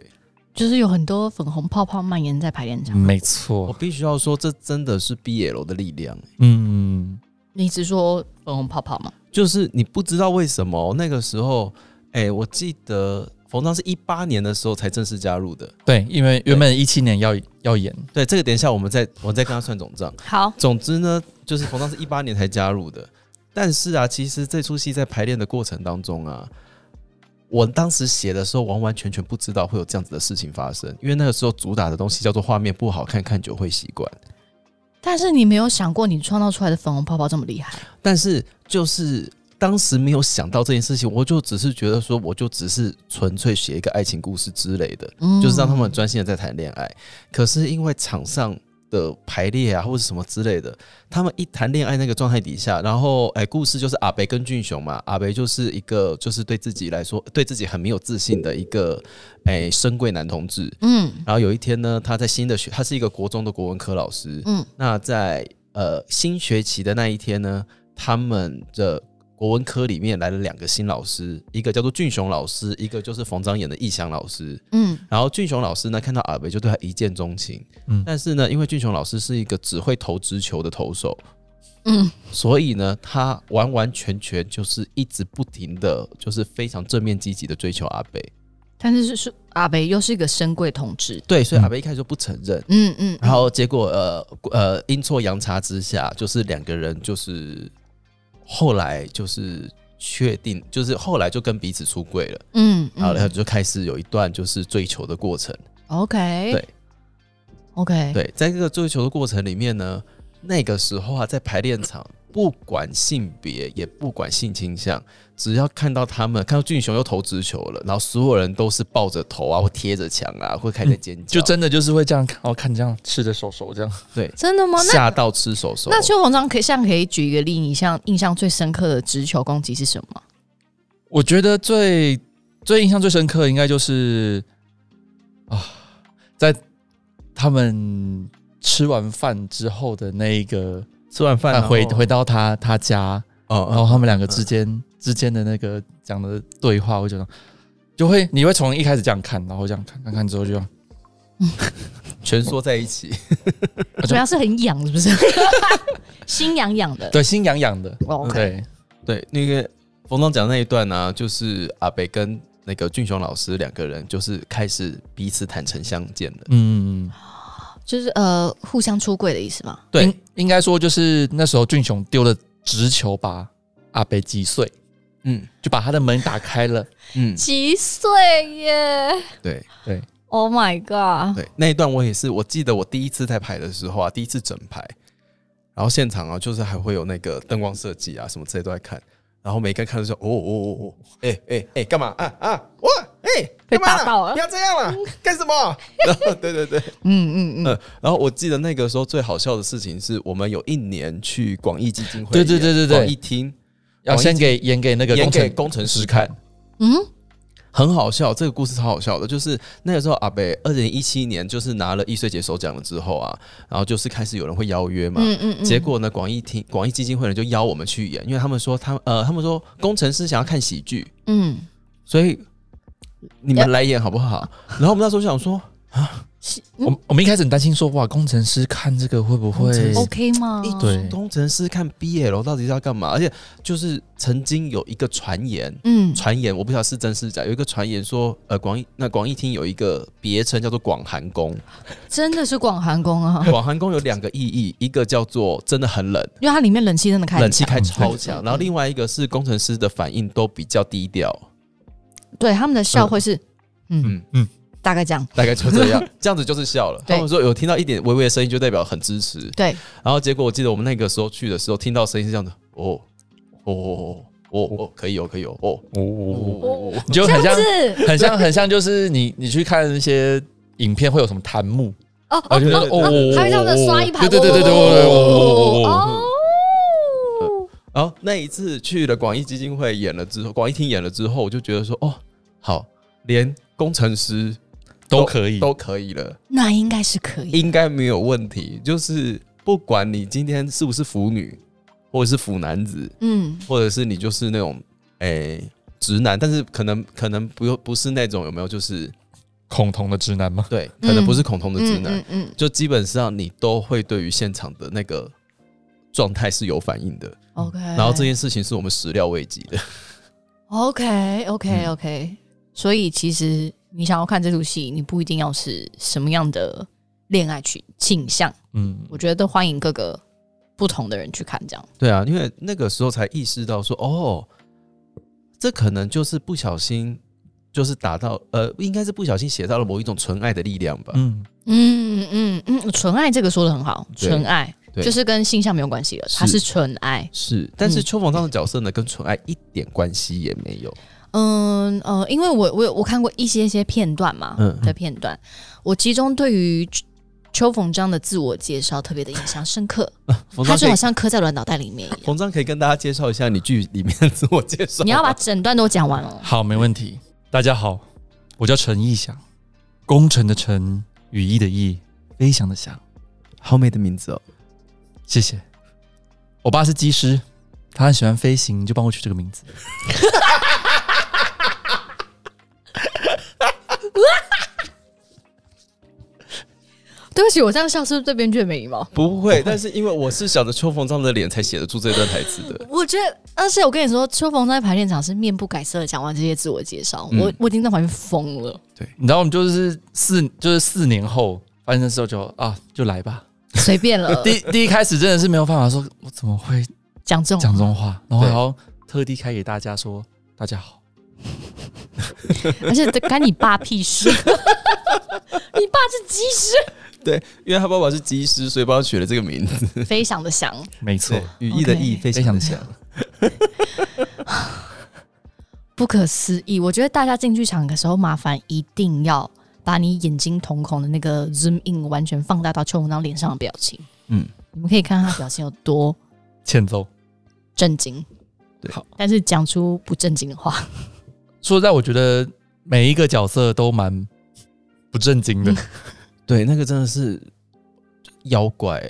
S2: 就是有很多粉红泡泡蔓延在排练场。
S3: 没
S1: 我
S3: 错，
S1: 必须要说，这真的是 BL 的力量、
S3: 嗯，
S2: 你只说粉红泡泡吗？
S1: 就是你不知道为什么那个时候，哎、我记得冯章是一八年的时候才正式加入的。
S3: 对，因为原本一七年要要演，
S1: 对，这个等一下我们再我再跟他算总账。
S2: 好，
S1: 总之呢，就是冯章是一八年才加入的，但是啊，其实这出戏在排练的过程当中啊，我当时写的时候完完全全不知道会有这样子的事情发生，因为那个时候主打的东西叫做画面不好看，看久会习惯。
S2: 但是你没有想过你创造出来的粉红泡泡这么厉害，
S1: 但是就是当时没有想到这件事情，我就只是觉得说，我就只是纯粹写一个爱情故事之类的，
S2: 嗯
S1: 就是让他们很专心的在谈恋爱。可是因为场上的排列啊，或者什么之类的，他们一谈恋爱那个状态底下，然后哎、故事就是阿北跟俊雄嘛，阿北就是一个就是对自己来说，对自己很没有自信的一个哎、深贵男同志。
S2: 嗯
S1: 然后有一天呢，他在新的学，他是一个国中的国文科老师，
S2: 嗯
S1: 那在呃新学期的那一天呢，他们的国文科里面来了两个新老师，一个叫做俊雄老师，一个就是冯章演的易翔老师。
S2: 嗯
S1: 然后俊雄老师呢，看到阿北就对他一见钟情。
S3: 嗯
S1: 但是呢，因为俊雄老师是一个只会投直球的投手，
S2: 嗯，
S1: 所以呢，他完完全全就是一直不停的就是非常正面积极的追求阿北。
S2: 但是是是阿北又是一个深贵同志，
S1: 对，所以
S3: 嗯
S1: 阿北一开始就不承认。
S2: 嗯嗯，
S1: 然后结果呃呃阴错阳差之下，就是两个人就是后来就是确定，就是后来就跟彼此出柜了，
S2: 嗯，
S1: 然后
S2: 嗯
S1: 他就开始有一段就是追求的过程。
S2: OK，
S1: 对
S2: ，OK，
S1: 对，在这个追求的过程里面呢，那个时候啊，在排练场， [laughs] 不管性别，也不管性倾向，只要看到他们，看到俊雄又投直球了，然后所有人都是抱着头啊，或贴着墙啊，会开始尖叫，
S3: 就真的就是会这样看，哦，看这样吃着手手这样，
S2: 真的吗？那
S1: 吓到吃手手。
S2: 那邱鸿章可以像可以举一个例，你像印象最深刻的直球攻击是什么？
S3: 我觉得最最印象最深刻的应该就是啊，在他们吃完饭之后的那一个
S1: 吃完饭
S3: 饭回回
S1: 到
S3: 到他他家，
S1: 哦
S3: 然后他们两个之间、之间的那个讲的对话，我觉得就会你会从一开始这样看，然后这样看看看之后就这样
S1: 蜷缩在一起。
S3: 就
S2: 主要是很痒，是不是？心痒痒的。
S3: 对心痒痒的，
S2: OK
S3: 对，
S1: 对，那个冯总讲的那一段呢、就是阿北跟那个俊雄老师两个人，就是开始彼此坦诚相见的。
S3: 嗯，
S2: 就是呃，互相出柜的意思吗？
S1: 对
S3: 应应该说就是那时候俊雄丢了直球把阿北击碎，
S1: 嗯
S3: 就把他的门打开了。
S1: 嗯，
S2: 几岁耶
S1: 对
S3: 对，
S2: ！Oh my god！
S3: 哦
S1: 对，那一段我也是，我记得我第一次在排的时候啊，第一次整排，然后现场啊，就是还会有那个灯光设计啊什么之类都在看，然后每个人看的时候，哦哦哦哦，哎哎哎，干嘛啊啊，我哎、
S2: 被
S1: 干嘛啦
S2: 打到了
S1: 不要这样
S3: [laughs]
S1: 了，干什么？ [laughs] 然后对对对，
S2: 嗯嗯嗯，
S1: 嗯，然后我记得那个时候最好笑的事情是我们有一年去广义基金会
S3: 对
S1: 演，
S3: 对对对对
S1: 广义厅
S3: 要先给演给那个
S1: 演
S3: 工
S1: 给
S3: 程
S1: 工程师看，
S2: 嗯，
S1: 很好笑，这个故事超好笑的，就是那个时候阿北二零一七年就是拿了易碎节首奖了之后啊，然后就是开始有人会邀约嘛，
S2: 嗯嗯嗯，
S1: 结果呢，广义厅广义基金会呢就邀我们去演，因为他们说他们呃，他们说工程师想要看喜剧，
S2: 嗯，
S1: 所以你们来演好不
S2: [laughs]
S1: 好？然后我们那时候想说
S2: 哦是
S3: 我我们一开始很担心说，哇，工程师看这个会不
S1: 工
S3: 会？
S1: 程师
S2: OK 吗？
S1: 一
S3: 对
S1: 群工程师看 BL 到底是要干嘛？而且就是曾经有一个传言，
S2: 嗯，
S1: 传言我不晓得是真是假，有一个传言说，呃，广义那广义厅有一个别称叫做广寒宫，
S2: 真的是广寒宫啊，
S1: [laughs] 广寒宫有两个意义，一个叫做真的很冷，
S2: 因为它里面冷气真的开很
S1: 冷气
S2: 强
S1: 开超
S2: 嗯
S1: 强，
S2: 嗯
S1: 然后另外一个是工程师的反应都比较低调，
S2: 对他们的笑会是，嗯
S1: 嗯
S2: 嗯
S3: 嗯，
S2: 大概这样，
S1: 大概就这 [laughs] 样，这样子就是笑了。
S2: 对
S1: 他们说有听到一点微微的声音，就代表很支持。
S2: 对，
S1: 然后结果我记得我们那个时候去的时候，听到声音是这样的，哦哦哦哦哦，可以哦，可以哦，哦
S3: 哦，
S1: 哦哦，
S3: 就很像，
S2: 子
S3: 很像，很像，就是你你去看一些影片会有什么弹幕，
S2: 哦
S3: 我觉得
S2: 哦哦
S3: 哦，
S2: 还有这样的刷一排，
S3: 对对对对对，哦，
S2: 哦。
S1: 然后那一次去了广义基金会演了之后，广义厅演了之后，我就觉得说，哦，好，连工程师
S3: 都可以，
S1: 都可以了，
S2: 那应该是可以，
S1: 应该没有问题。就是不管你今天是不是腐女，或者是腐男子，
S2: 嗯，
S1: 或者是你就是那种诶、直男，但是可能可能不用不是那种有没有就是
S3: 恐同的直男吗？
S1: 对，可能不是恐同的直
S2: 嗯
S1: 男，
S2: 嗯嗯，
S1: 就基本上你都会对于现场的那个状态是有反应的。
S2: OK，然
S1: 然后这件事情是我们始料未及
S2: [laughs]
S1: 的，
S2: OK OK OK，、所以其实你想要看这出戏，你不一定要是什么样的恋爱倾倾向，
S3: 嗯，
S2: 我觉得都欢迎各个不同的人去看这样。
S1: 对啊，因为那个时候才意识到说，哦，这可能就是不小心，就是打到呃，应该是不小心写到了某一种纯爱的力量吧。
S3: 嗯，
S2: 嗯嗯嗯，纯爱这个说的很好，
S1: 对
S2: 纯爱
S1: 对
S2: 就是跟性向没有关系了，它是
S1: 是
S2: 纯爱。
S1: 是，但是
S2: 嗯
S1: 邱逢章的角色呢，跟纯爱一点关系也没有。
S2: 嗯呃，因为我我有我看过一些一些片段嘛、
S1: 嗯
S2: 的片段，我其中对于秋秋逢章的自我介绍特别的印象深刻，
S1: 冯
S2: 他
S1: 章
S2: 就
S1: 可以
S2: 好，像刻在软脑袋里面一样。
S1: 冯章可以跟大家介绍一下你剧里面的自我介绍。
S2: 你要把整段都讲完哦。
S3: 好，没问题。大家好，我叫陈义翔，工程的陈，羽翼的翼，飞翔的翔。
S1: 好美的名字哦，
S3: 谢谢。我爸是机师，他很喜欢飞行，就帮我取这个名字。
S2: 对不起，我这样笑是不是对编剧没礼貌？
S1: 不会， [laughs] 但是因为我是想着邱逢章的脸才写得出这段台词
S2: [laughs]
S1: 的。
S2: 我觉得，而且我跟你说，秋逢在排练场是面不改色的讲完这些自我介绍，
S1: 嗯
S2: 我我已经在旁边疯了。
S3: 你知道，我们就是四，就是四年后发生的时候就啊，就来吧。
S2: 随便了，
S3: 第第一开始真的是没有办法说，我怎么会
S2: 讲这
S3: 讲
S2: [laughs] 种
S3: 这种话？然后
S1: 对
S3: 还要特地开给大家说，大家好。
S2: 而且干你爸屁事！你爸是机师，
S1: 对，因为他爸爸是技师，所以帮他取了这个名字。
S2: 非常的想。
S3: 没错
S1: 对，，羽翼的翼，
S2: OK
S1: 非
S3: 非
S1: 常的
S3: 常的
S1: 像
S3: 像。
S2: 不可思议。我觉得大家进剧场的时候，麻烦一定要把你眼睛瞳孔的那个 zoom in 完全放大到邱文章脸上的表情。嗯
S1: 嗯，
S2: 你们可以看他表情有多
S3: 欠揍。
S2: 震惊。
S1: 对
S3: 好，
S2: 但是讲出不正经的话，
S3: 说实在，我觉得每一个角色都蛮不正经
S1: 嗯
S3: 的。
S1: 对，那个真的是妖怪、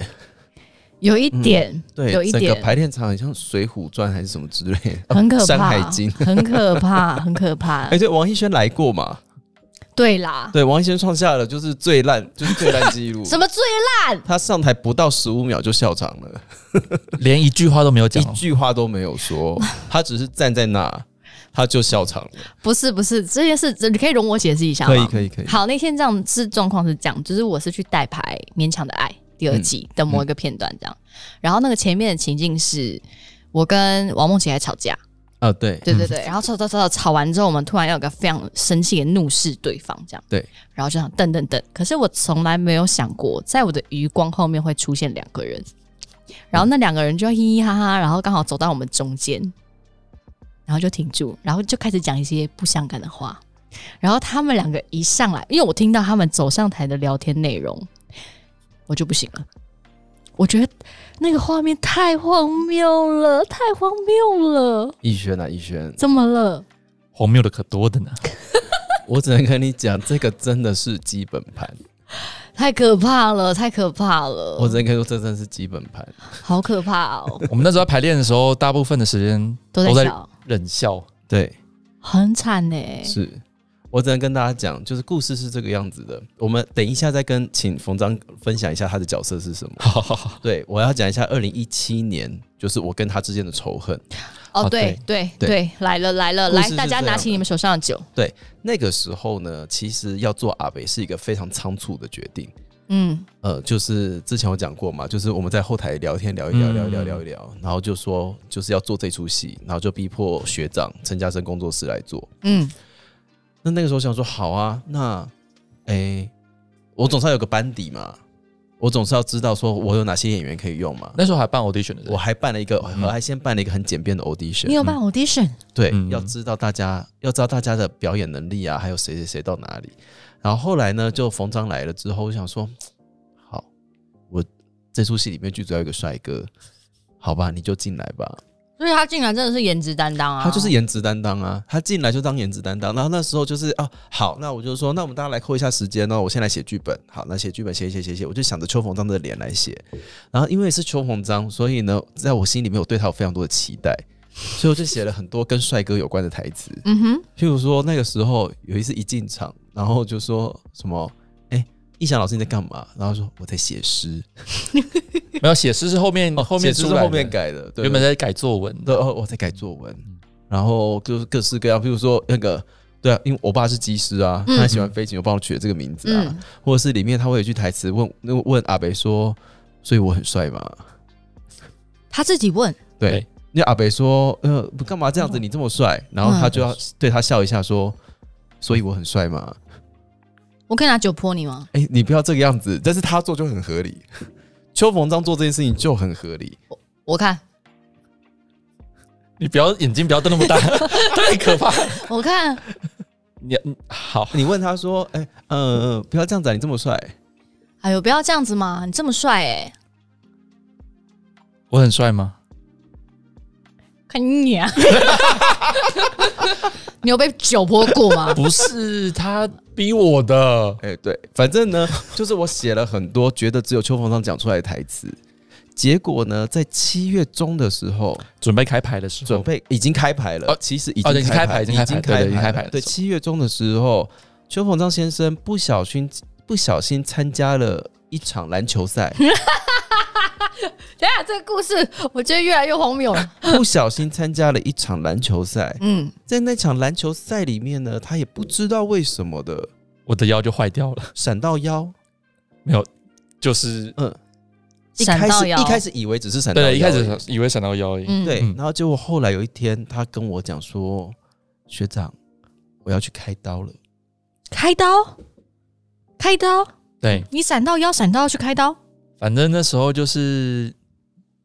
S2: 有一点、
S1: 对，
S2: 有一
S1: 整个
S2: 点
S1: 排练场很像《水浒传》还是什么之类的，
S2: [laughs] 很可怕，
S1: 《山海经》
S2: 很可怕，很可怕
S1: 哎、。对，王一轩来过嘛？
S2: 对啦，。
S1: 对，王一轩创下了就是最烂，就是最烂记录
S2: [laughs] 什么最
S1: 他上台不到十五秒就笑场了，
S3: [laughs] 连一句话都没有
S1: 一
S3: 讲哦。
S1: 句话都没有
S2: [laughs]
S1: 说，他只是站在那，他就笑场了。
S2: 不是不是这件事，这啊你可以容我解释一下吗？
S1: 可以，可以，可以。
S2: 好，那天这样是状况是这样，就是我是去代排《勉强的爱》第二
S1: 嗯
S2: 季的某一个片段这样，然后那个前面的情境是我跟王梦琪在吵架，
S1: 啊，对，
S2: 对对对，然后吵吵吵吵吵完之后，我们突然要有个非常生气的怒视对方这样，
S1: 对，
S2: 然后就想等等等，可是我从来没有想过，在我的余光后面会出现两个人，然后那两个人就嘻嘻哈哈，然后刚好走到我们中间，然后就停住，然后就开始讲一些不相干的话。然后他们两个一上来，因为我听到他们走上台的聊天内容，我就不行了。我觉得那个画面太荒谬了，太荒谬了，
S1: 逸轩啊，逸轩，
S2: 怎么了？
S3: 荒谬的可多的呢。
S1: 我只能跟你讲，这个真的是基本盘。
S2: 太可怕了，太可怕了，
S1: 我只能跟你说，这真的是基本盘。
S2: 好可怕 [laughs] 哦，
S3: 我们那时候在排练的时候，大部分的时间
S2: 都在
S3: 都在
S2: 笑，
S1: [laughs]
S3: 忍笑，
S1: 对，
S2: 很惨呢、
S1: 是我只能跟大家讲，就是故事是这个样子的。我们等一下再跟请冯章分享一下他的角色是什么。
S3: 好好好，
S1: 对，我要讲一下二零一七年，就是我跟他之间的仇恨。
S2: 哦，
S3: 哦
S2: 对对对，来了来了，
S1: 故事
S2: 来
S1: 是，
S2: 大家
S1: 这样
S2: 拿起
S1: 的
S2: 你们手上的酒，
S1: 那个时候呢，其实要做阿北是一个非常仓促的决定。
S2: 嗯，
S1: 呃，就是之前有讲过嘛，就是我们在后台聊天聊一聊，
S3: 嗯
S1: 聊一聊，聊一聊，然后就说就是要做这出戏，然后就逼迫学长陈嘉生工作室来做。
S2: 嗯，
S1: 那那个时候想说，好啊，那诶、我总是要有个班底嘛，我总是要知道说我有哪些演员可以用嘛。
S3: 那时候还办 audition 的人，
S1: 我还办了一个，
S3: 嗯
S1: 我还先办了一个很简便的 audition，
S2: 你有办 audition，
S1: 对，
S3: 嗯
S1: 要知道大家要知道大家的表演能力啊，还有谁谁谁到哪里。然后后来呢，就冯章来了之后，我想说，好，我这出戏里面剧组要有一个帅哥，好吧，你就进来吧。
S2: 所以他进来真的是颜值担当啊，
S1: 他就是颜值担当啊，他进来就当颜值担当。然后那时候就是啊，好，那我就说，那我们大家来扣一下时间哦，我先来写剧本。好，那写剧本写一写写一写，我就想着邱逢章的脸来写。然后因为是邱逢章，所以呢，在我心里面我对他有非常多的期待，所以我就写了很多跟帅哥有关的台词。
S2: 嗯哼，
S1: 譬如说那个时候有一次一进场，然后就说什么，哎、逸翔老师你在干嘛？然后说我在写诗，
S3: 没有写诗是后面后面
S1: 哦写
S3: 出
S1: 诗是
S3: 来的
S1: 后面改的，对
S3: 原本在改作文
S1: 对
S3: 的，
S1: 哦，我在改作文，然后就是各式各样，譬如说那个。对啊，因为我爸是机师啊，
S2: 嗯
S1: 他喜欢飞行，我帮我取了这个名字啊。
S2: 嗯，
S1: 或者是里面他会有一句台词问问问阿北说，所以我很帅嘛？
S2: 他自己问，
S1: 对
S3: 对，
S1: 那阿北说，呃，干嘛这样子？你这么帅，然后他就要对他笑一下说，所以我很帅嘛？
S2: 我可以拿酒泼你吗？
S1: 哎、你不要这个样子，但是他做就很合理。邱逢章做这件事情就很合理，
S2: 我看，
S3: 你不要眼睛不要瞪那么 [laughs] 大，太可怕。
S2: 我看，
S3: 你你好，
S1: 你问他说：“哎、呃，不要这样子、啊，你这么帅，
S2: 哎呦，不要这样子嘛，你这么帅哎、
S3: 我很帅吗？
S2: 看你啊！ [laughs] 你有被酒泼过吗？
S3: 不是，他逼我的。
S1: 哎、对，反正呢，就是我写了很多觉得只有邱逢章讲出来的台词。结果呢，在七月中的时候，
S3: 准备开牌的时候，
S1: 准备已经开牌了，
S3: 哦
S1: 其实已
S3: 哦
S1: 经
S3: 已经
S1: 开
S3: 开
S1: 牌，
S3: 牌
S1: 已经
S3: 已经开牌对对已经开
S1: 了
S3: 牌了
S1: 对，
S3: 是吧
S1: 七月中的时候，邱逢章先生不小心不小心参加了一场篮球赛，
S2: [laughs]
S1: [laughs]
S2: 等一下这个故事，我觉得越来越荒谬了。
S1: 不小心参加了一场篮球赛。
S2: 嗯，
S1: 在那场篮球赛里面呢，他也不知道为什么的
S3: 我的腰就坏掉了，
S1: 闪到腰，
S3: 没有，就是
S1: 嗯，一
S2: 闪
S1: 开
S2: 到
S1: 始
S2: 腰
S1: 一开始以为只是闪到腰而
S3: 对，
S1: 已，
S3: 一开始以为闪到腰而已，
S2: 嗯
S1: 对
S3: 嗯，
S1: 然后结果后来有一天，他跟我讲说，学长，我要去开刀了，
S2: 开刀，开刀，
S3: 对，
S2: 你闪到腰，闪到要去开刀。
S3: 反正那时候就是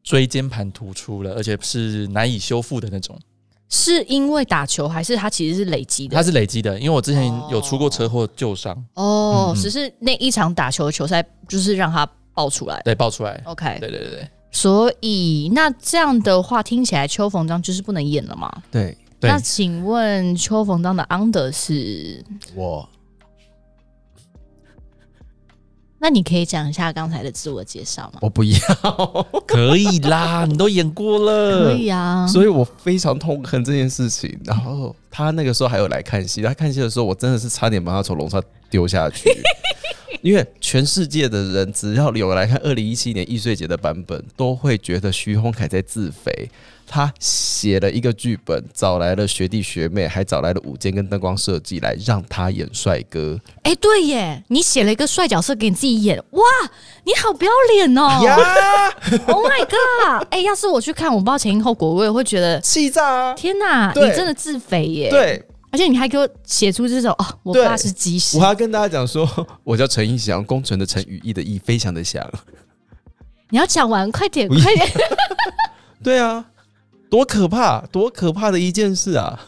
S3: 椎间盘突出了，而且是难以修复的那种，
S2: 是因为打球，还是它其实是累积的
S3: 它？是累积的，因为我之前
S2: 哦
S3: 有出过车祸旧伤，
S2: 哦，
S3: 嗯嗯
S2: 只是那一场打球的球赛，就是让它爆出来。
S3: 对，爆出来，
S2: OK，
S3: 对对对对，
S2: 所以那这样的话，听起来邱逢章就是不能演了嘛？
S1: 对
S3: 对
S2: 那请问邱逢章的 under 是？
S1: 我
S2: 那你可以讲一下刚才的自我介绍吗？
S1: 我不要，
S3: 可以 [laughs] 啦，你都演过了，
S2: 可以啊，
S1: 所以我非常痛恨这件事情。然后他那个时候还有来看戏，他看戏的时候，我真的是差点把他从楼上丢下去。 [laughs] 因为全世界的人只要有来看二零一七年易碎节的版本，都会觉得徐宏凯在自肥。他写了一个剧本，找来了学弟学妹，还找来了舞间跟灯光设计来让他演帅 [laughs] 哥。
S2: 哎、对耶，你写了一个帅角色给你自己演，哇，你好不要脸
S3: 哎
S1: 啊
S2: 哦、
S1: 呀，
S2: o h Oh my god！哎、要是我去看，我不知道前因后果，我也会觉得
S1: 气炸 [laughs] 啊！
S2: 天哪，你
S1: 对
S2: 真的自肥耶！，
S1: 对，
S2: 而且你还给我写出这种哦，我
S1: 对
S2: 爸是机师
S1: 我，还要跟大家讲说，我叫陈义翔，工程的陈，羽翼的翼，飞翔的翔。
S2: 你要讲完，快点，
S1: 不要
S2: 快点！ [laughs]
S1: 对啊，多可怕，多可怕的一件事啊！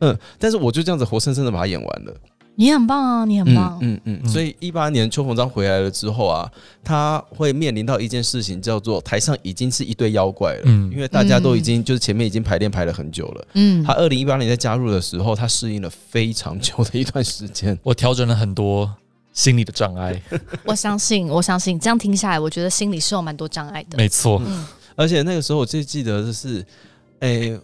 S1: 嗯，但是我就这样子活生生的把它演完了。
S2: 你很棒啊，你
S1: 嗯
S2: 很棒。
S1: 嗯嗯，
S3: 嗯
S1: 所以一八年邱鸿章回来了之后啊，他会面临到一件事情，叫做台上已经是一堆妖怪了，
S3: 嗯
S1: 因为大家都已经、就是前面已经排练排了很久了。
S2: 嗯
S1: 他二零一八年在加入的时候，他适应了非常久的一段时间。
S3: 我调整了很多心理的障 [laughs] 碍，
S2: 我相信，我相信，这样听下来，我觉得心里是有蛮多障碍的。
S3: 没错，
S2: 嗯
S1: 而且那个时候我最记得的是，诶、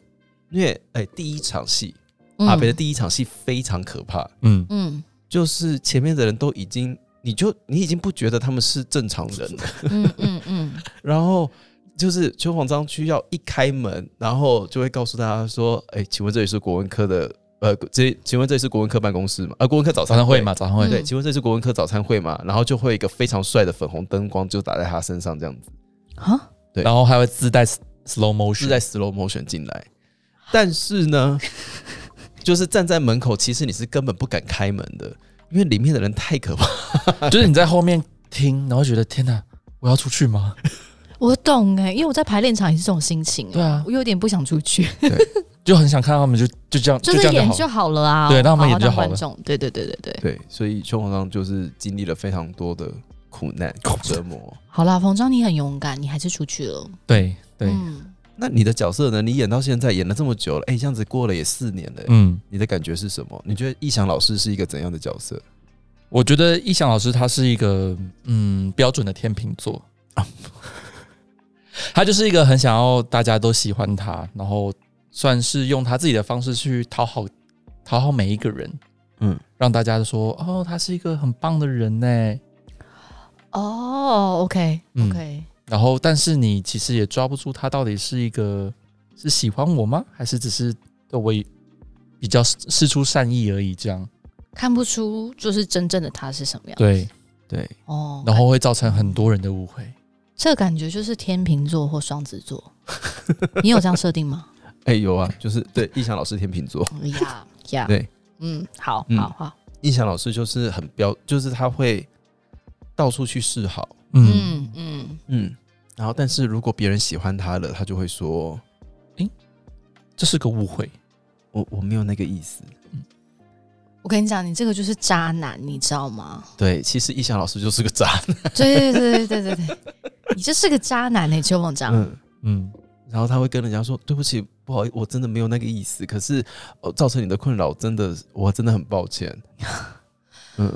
S1: 因为诶、第一场戏，
S2: 嗯
S1: 阿北的第一场戏非常可怕，
S3: 嗯，
S2: 嗯
S1: 就是前面的人都已经，你就你已经不觉得他们是正常人了，
S2: 嗯嗯嗯，
S1: 然后。就是邱黄章需要一开门，然后就会告诉大家说：“哎、请问这里是国文科的，呃，这请问这里是国文科办公室吗？啊，国文科早
S3: 早
S1: 餐
S3: 上会
S1: 会
S3: 嘛，早上会，
S2: 嗯
S1: 对，请问这是国文科早餐会吗？然后就会一个非常帅的粉红灯光就打在他身上，这样子
S2: 啊，
S1: 对
S3: 然后还会自带 s- slow
S1: 是
S3: motion，
S1: 在 slow motion 进来。但是呢，就是站在门口，其实你是根本不敢开门的，因为里面的人太可怕。
S3: 就是你在后面听，然后觉得天哪，我要出去吗？
S2: 我懂哎、因为我在排练场也是这种心情、
S3: 对啊
S2: 我有点不想出去，
S3: 就很想看到他们就就这样
S2: 就
S3: 这
S2: 是
S3: 样
S2: 演
S3: 好
S2: 就
S3: 了，
S2: 好了啊。
S3: 对让他们演就
S2: 好好
S3: 好了
S2: 当观众，对对对对对。
S1: 对，所以邱鸿章就是经历了非常多的苦难折磨。
S2: 好啦，冯章，你很勇敢，你还是出去了。
S3: 对对，
S2: 嗯，
S1: 那你的角色呢？你演到现在演了这么久了，哎、这样子过了也四年了、欸
S3: 嗯，
S1: 你的感觉是什么？你觉得易翔老师是一个怎样的角色？
S3: 我觉得逸翔老师他是一个嗯标准的天秤座， [laughs] 他就是一个很想要大家都喜欢他，然后算是用他自己的方式去讨好讨好每一个人，
S1: 嗯
S3: 嗯，让大家说哦，他是一个很棒的人呢。
S2: 哦，OK
S3: 嗯
S2: OK，
S3: 然后，但是你其实也抓不住他到底是一个是喜欢我吗，还是只是对我比较施施出善意而已这样？
S2: 看不出就是真正的他是什么样。
S3: 对，
S1: 对，
S2: 哦，
S3: 然后会造成很多人的误会。
S2: 这感觉就是天秤座或双子座，你有这样设定吗？哦
S1: 哎、有啊，就是对易翔老师天秤座，
S2: 呀呀，
S1: 对，
S2: 嗯，好
S1: 嗯
S2: 好好，
S1: 印象老师就是很标，就是他会到处去示好，
S3: 嗯，
S2: 嗯嗯，
S1: 嗯，然后但是如果别人喜欢他了，他就会说
S3: 这是个误会。
S1: 我我没有那个意思。
S2: 我跟你讲，你这个就是渣男，你知道吗？
S1: 对，其实印象老师就是个渣，
S2: 对对对对对对对，你就是个渣男呢、邱梦章。
S1: 嗯，
S3: 嗯，
S1: 然后他会跟人家说对不起，不好意思，我真的没有那个意思，可是、呃、造成你的困扰，真的我真的很抱歉。嗯，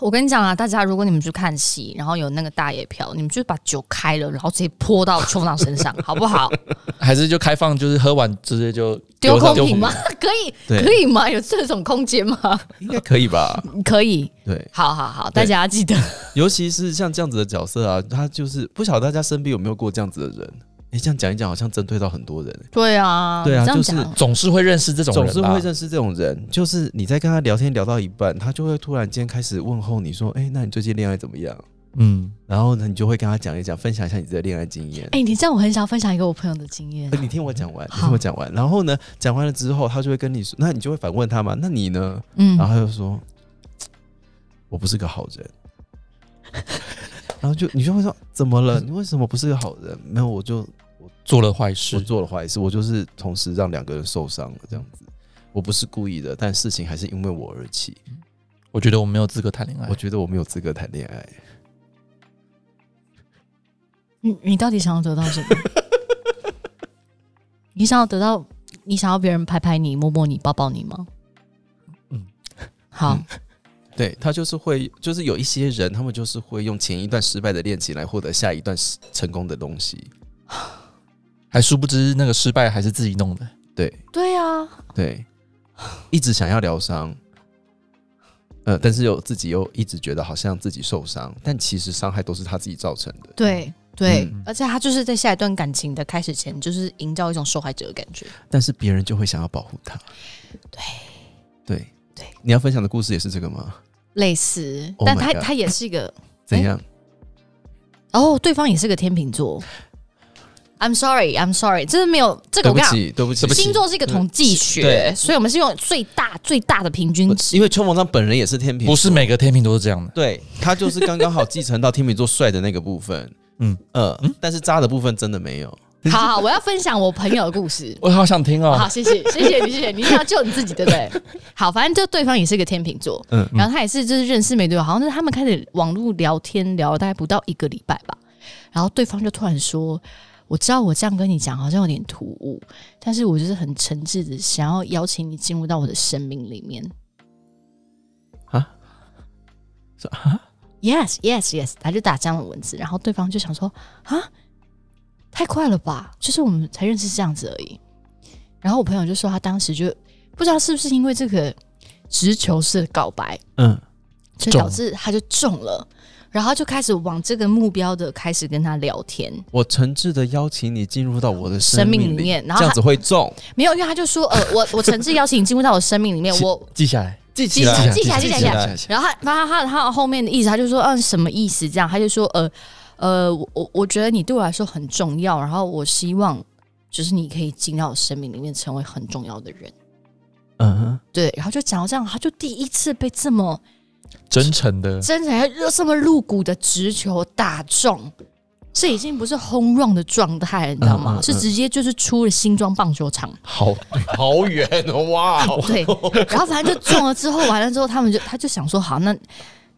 S2: 我跟你讲啊，大家如果你们去看戏，然后有那个大爷票，你们就把酒开了，然后直接泼到邱梦章身上，好不好？
S3: 还是就开放，就是喝完直接就
S2: 丢
S3: 上
S2: 空瓶吗？？可以
S1: 对
S2: 可以吗？有这种空间吗？
S1: 应该可以吧？ [laughs]
S2: 可以，
S1: 对，
S2: 好好好，
S1: 对
S2: 大家记得。
S1: 尤其是像这样子的角色啊，他就是不晓得大家身边有没有过这样子的人。哎，这样讲一讲，好像针对到很多人。
S2: 对啊，
S1: 对啊
S2: 这样
S1: 就是
S2: 讲。
S3: 总是会认识这种人
S1: 总
S3: 吧，
S1: 是会认识这种人，就是你在跟他聊天聊到一半，他就会突然间开始问候你说：“哎、那你最近恋爱怎么样
S3: 嗯，？”
S1: 然后呢，你就会跟他讲一讲，分享一下你自己的恋爱经 [laughs] 验。
S2: 哎、你这样我很想分享一个我朋友的经验啊
S1: 呃。你听我讲完，你
S2: 好
S1: 听我讲完。然后呢，讲完了之后，他就会跟你说，那你就会反问他嘛？那你呢？
S2: 嗯
S1: 然后他就说：“我不是个好人。”然后就你就会说：“怎么了？你为什么不是个好人？”没有，我就
S3: 做了坏
S1: 我
S3: 事，
S1: 做了坏事，我就是同时让两个人受伤了，这样子。我不是故意的，但事情还是因为我而起。
S3: 我觉得我没有资格谈恋爱
S1: 我。觉得我没有资格谈恋爱。
S2: 你你到底想要得到
S1: [laughs]
S2: 什么？你想要得到，你想要别人拍拍你、摸摸你、抱抱你吗？嗯
S3: 嗯，
S2: 好，
S1: 嗯对他就是会，就是有一些人，他们就是会用前一段失败的恋情来获得下一段失成功的东西。
S3: 还殊不知那个失败还是自己弄的。
S1: 对
S2: 对啊，
S1: 对，一直想要疗伤，呃，但是又自己又一直觉得好像自己受伤，但其实伤害都是他自己造成的。
S2: 对对，
S1: 嗯
S2: 而且他就是在下一段感情的开始前，就是营造一种受害者的感觉。
S1: 但是别人就会想要保护他。
S2: 对
S1: 对
S2: 对，哎
S1: 你要分享的故事也是这个吗？
S2: 类似，
S1: Oh
S2: 但
S1: my
S2: 他
S1: God
S2: 他也是一个，
S1: 怎样？
S2: 哦，对方也是个天秤座。I'm sorry, I'm sorry，真的没有这个。
S1: 对
S2: 我
S1: 不
S2: 跟你讲，
S1: 起，对不起，
S3: 对不起
S2: 星座是一个统计学
S1: 对，
S2: 所以我们是用最大最大的平均值。
S1: 因为邱鹏章本人也是天平，
S3: 不是每个天秤都是这样的。
S1: 对他就是刚刚好继承到天秤座帅的那个部分，嗯
S3: 嗯
S1: 呃，但是渣的部分真的没有，
S2: 好好，我要分享我朋友的故事。
S3: 我好想听哦
S2: 好，。谢谢，谢谢你，谢谢你，一定要救你自己，对
S1: [laughs]
S2: 不对？好，反正就对方也是个天秤座，
S1: 嗯
S2: 然后他也是就是认识没多久，好像是他们开始网络聊天聊了大概不到一个礼拜吧，然后对方就突然说。我知道我这样跟你讲好像有点突兀，但是我就是很诚挚的想要邀请你进入到我的生命里面。
S1: 啊，
S2: Yes, yes, yes，他就打这样的文字，然后对方就想说啊，太快了吧，就是我们才认识这样子而已。然后我朋友就说，他当时就不知道是不是因为这个直球式的告白，
S1: 嗯，
S2: 所以
S3: 中
S2: 导致他就中了，然后他就开始往这个目标的开始跟他聊天，
S1: 我诚挚的邀请你进入到我的
S2: 生
S1: 命
S2: 命里面然后
S1: 这样
S2: 他
S1: 子会中，
S2: 没有，因为他就说，呃，我 [laughs] 我诚挚邀请你进入到我生命里面，
S3: 是
S2: 我
S3: 记下来，
S1: 记
S2: 起来记起来记起
S1: 来
S3: 起
S2: 然后他，然后他他他后面的意思，他就说，嗯、什么意思？这样，他就说，呃，呃，我我我觉得你对我来说很重要，然后我希望就是你可以进到我生命里面，成为很重要的人。
S1: 嗯哼，
S2: 对，然后就讲到这样，他就第一次被这么
S3: 真诚的，
S2: 真诚、又这么露骨的直球打中，这已经不是轰 run 的状态，你知道吗？
S1: 嗯嗯嗯
S2: 是直接就是出了新庄棒球场，
S3: 好
S1: 好远哦，哇哦， [laughs]
S2: 对，然后反正就中了之后，完了之后，他们就他就想说，好，那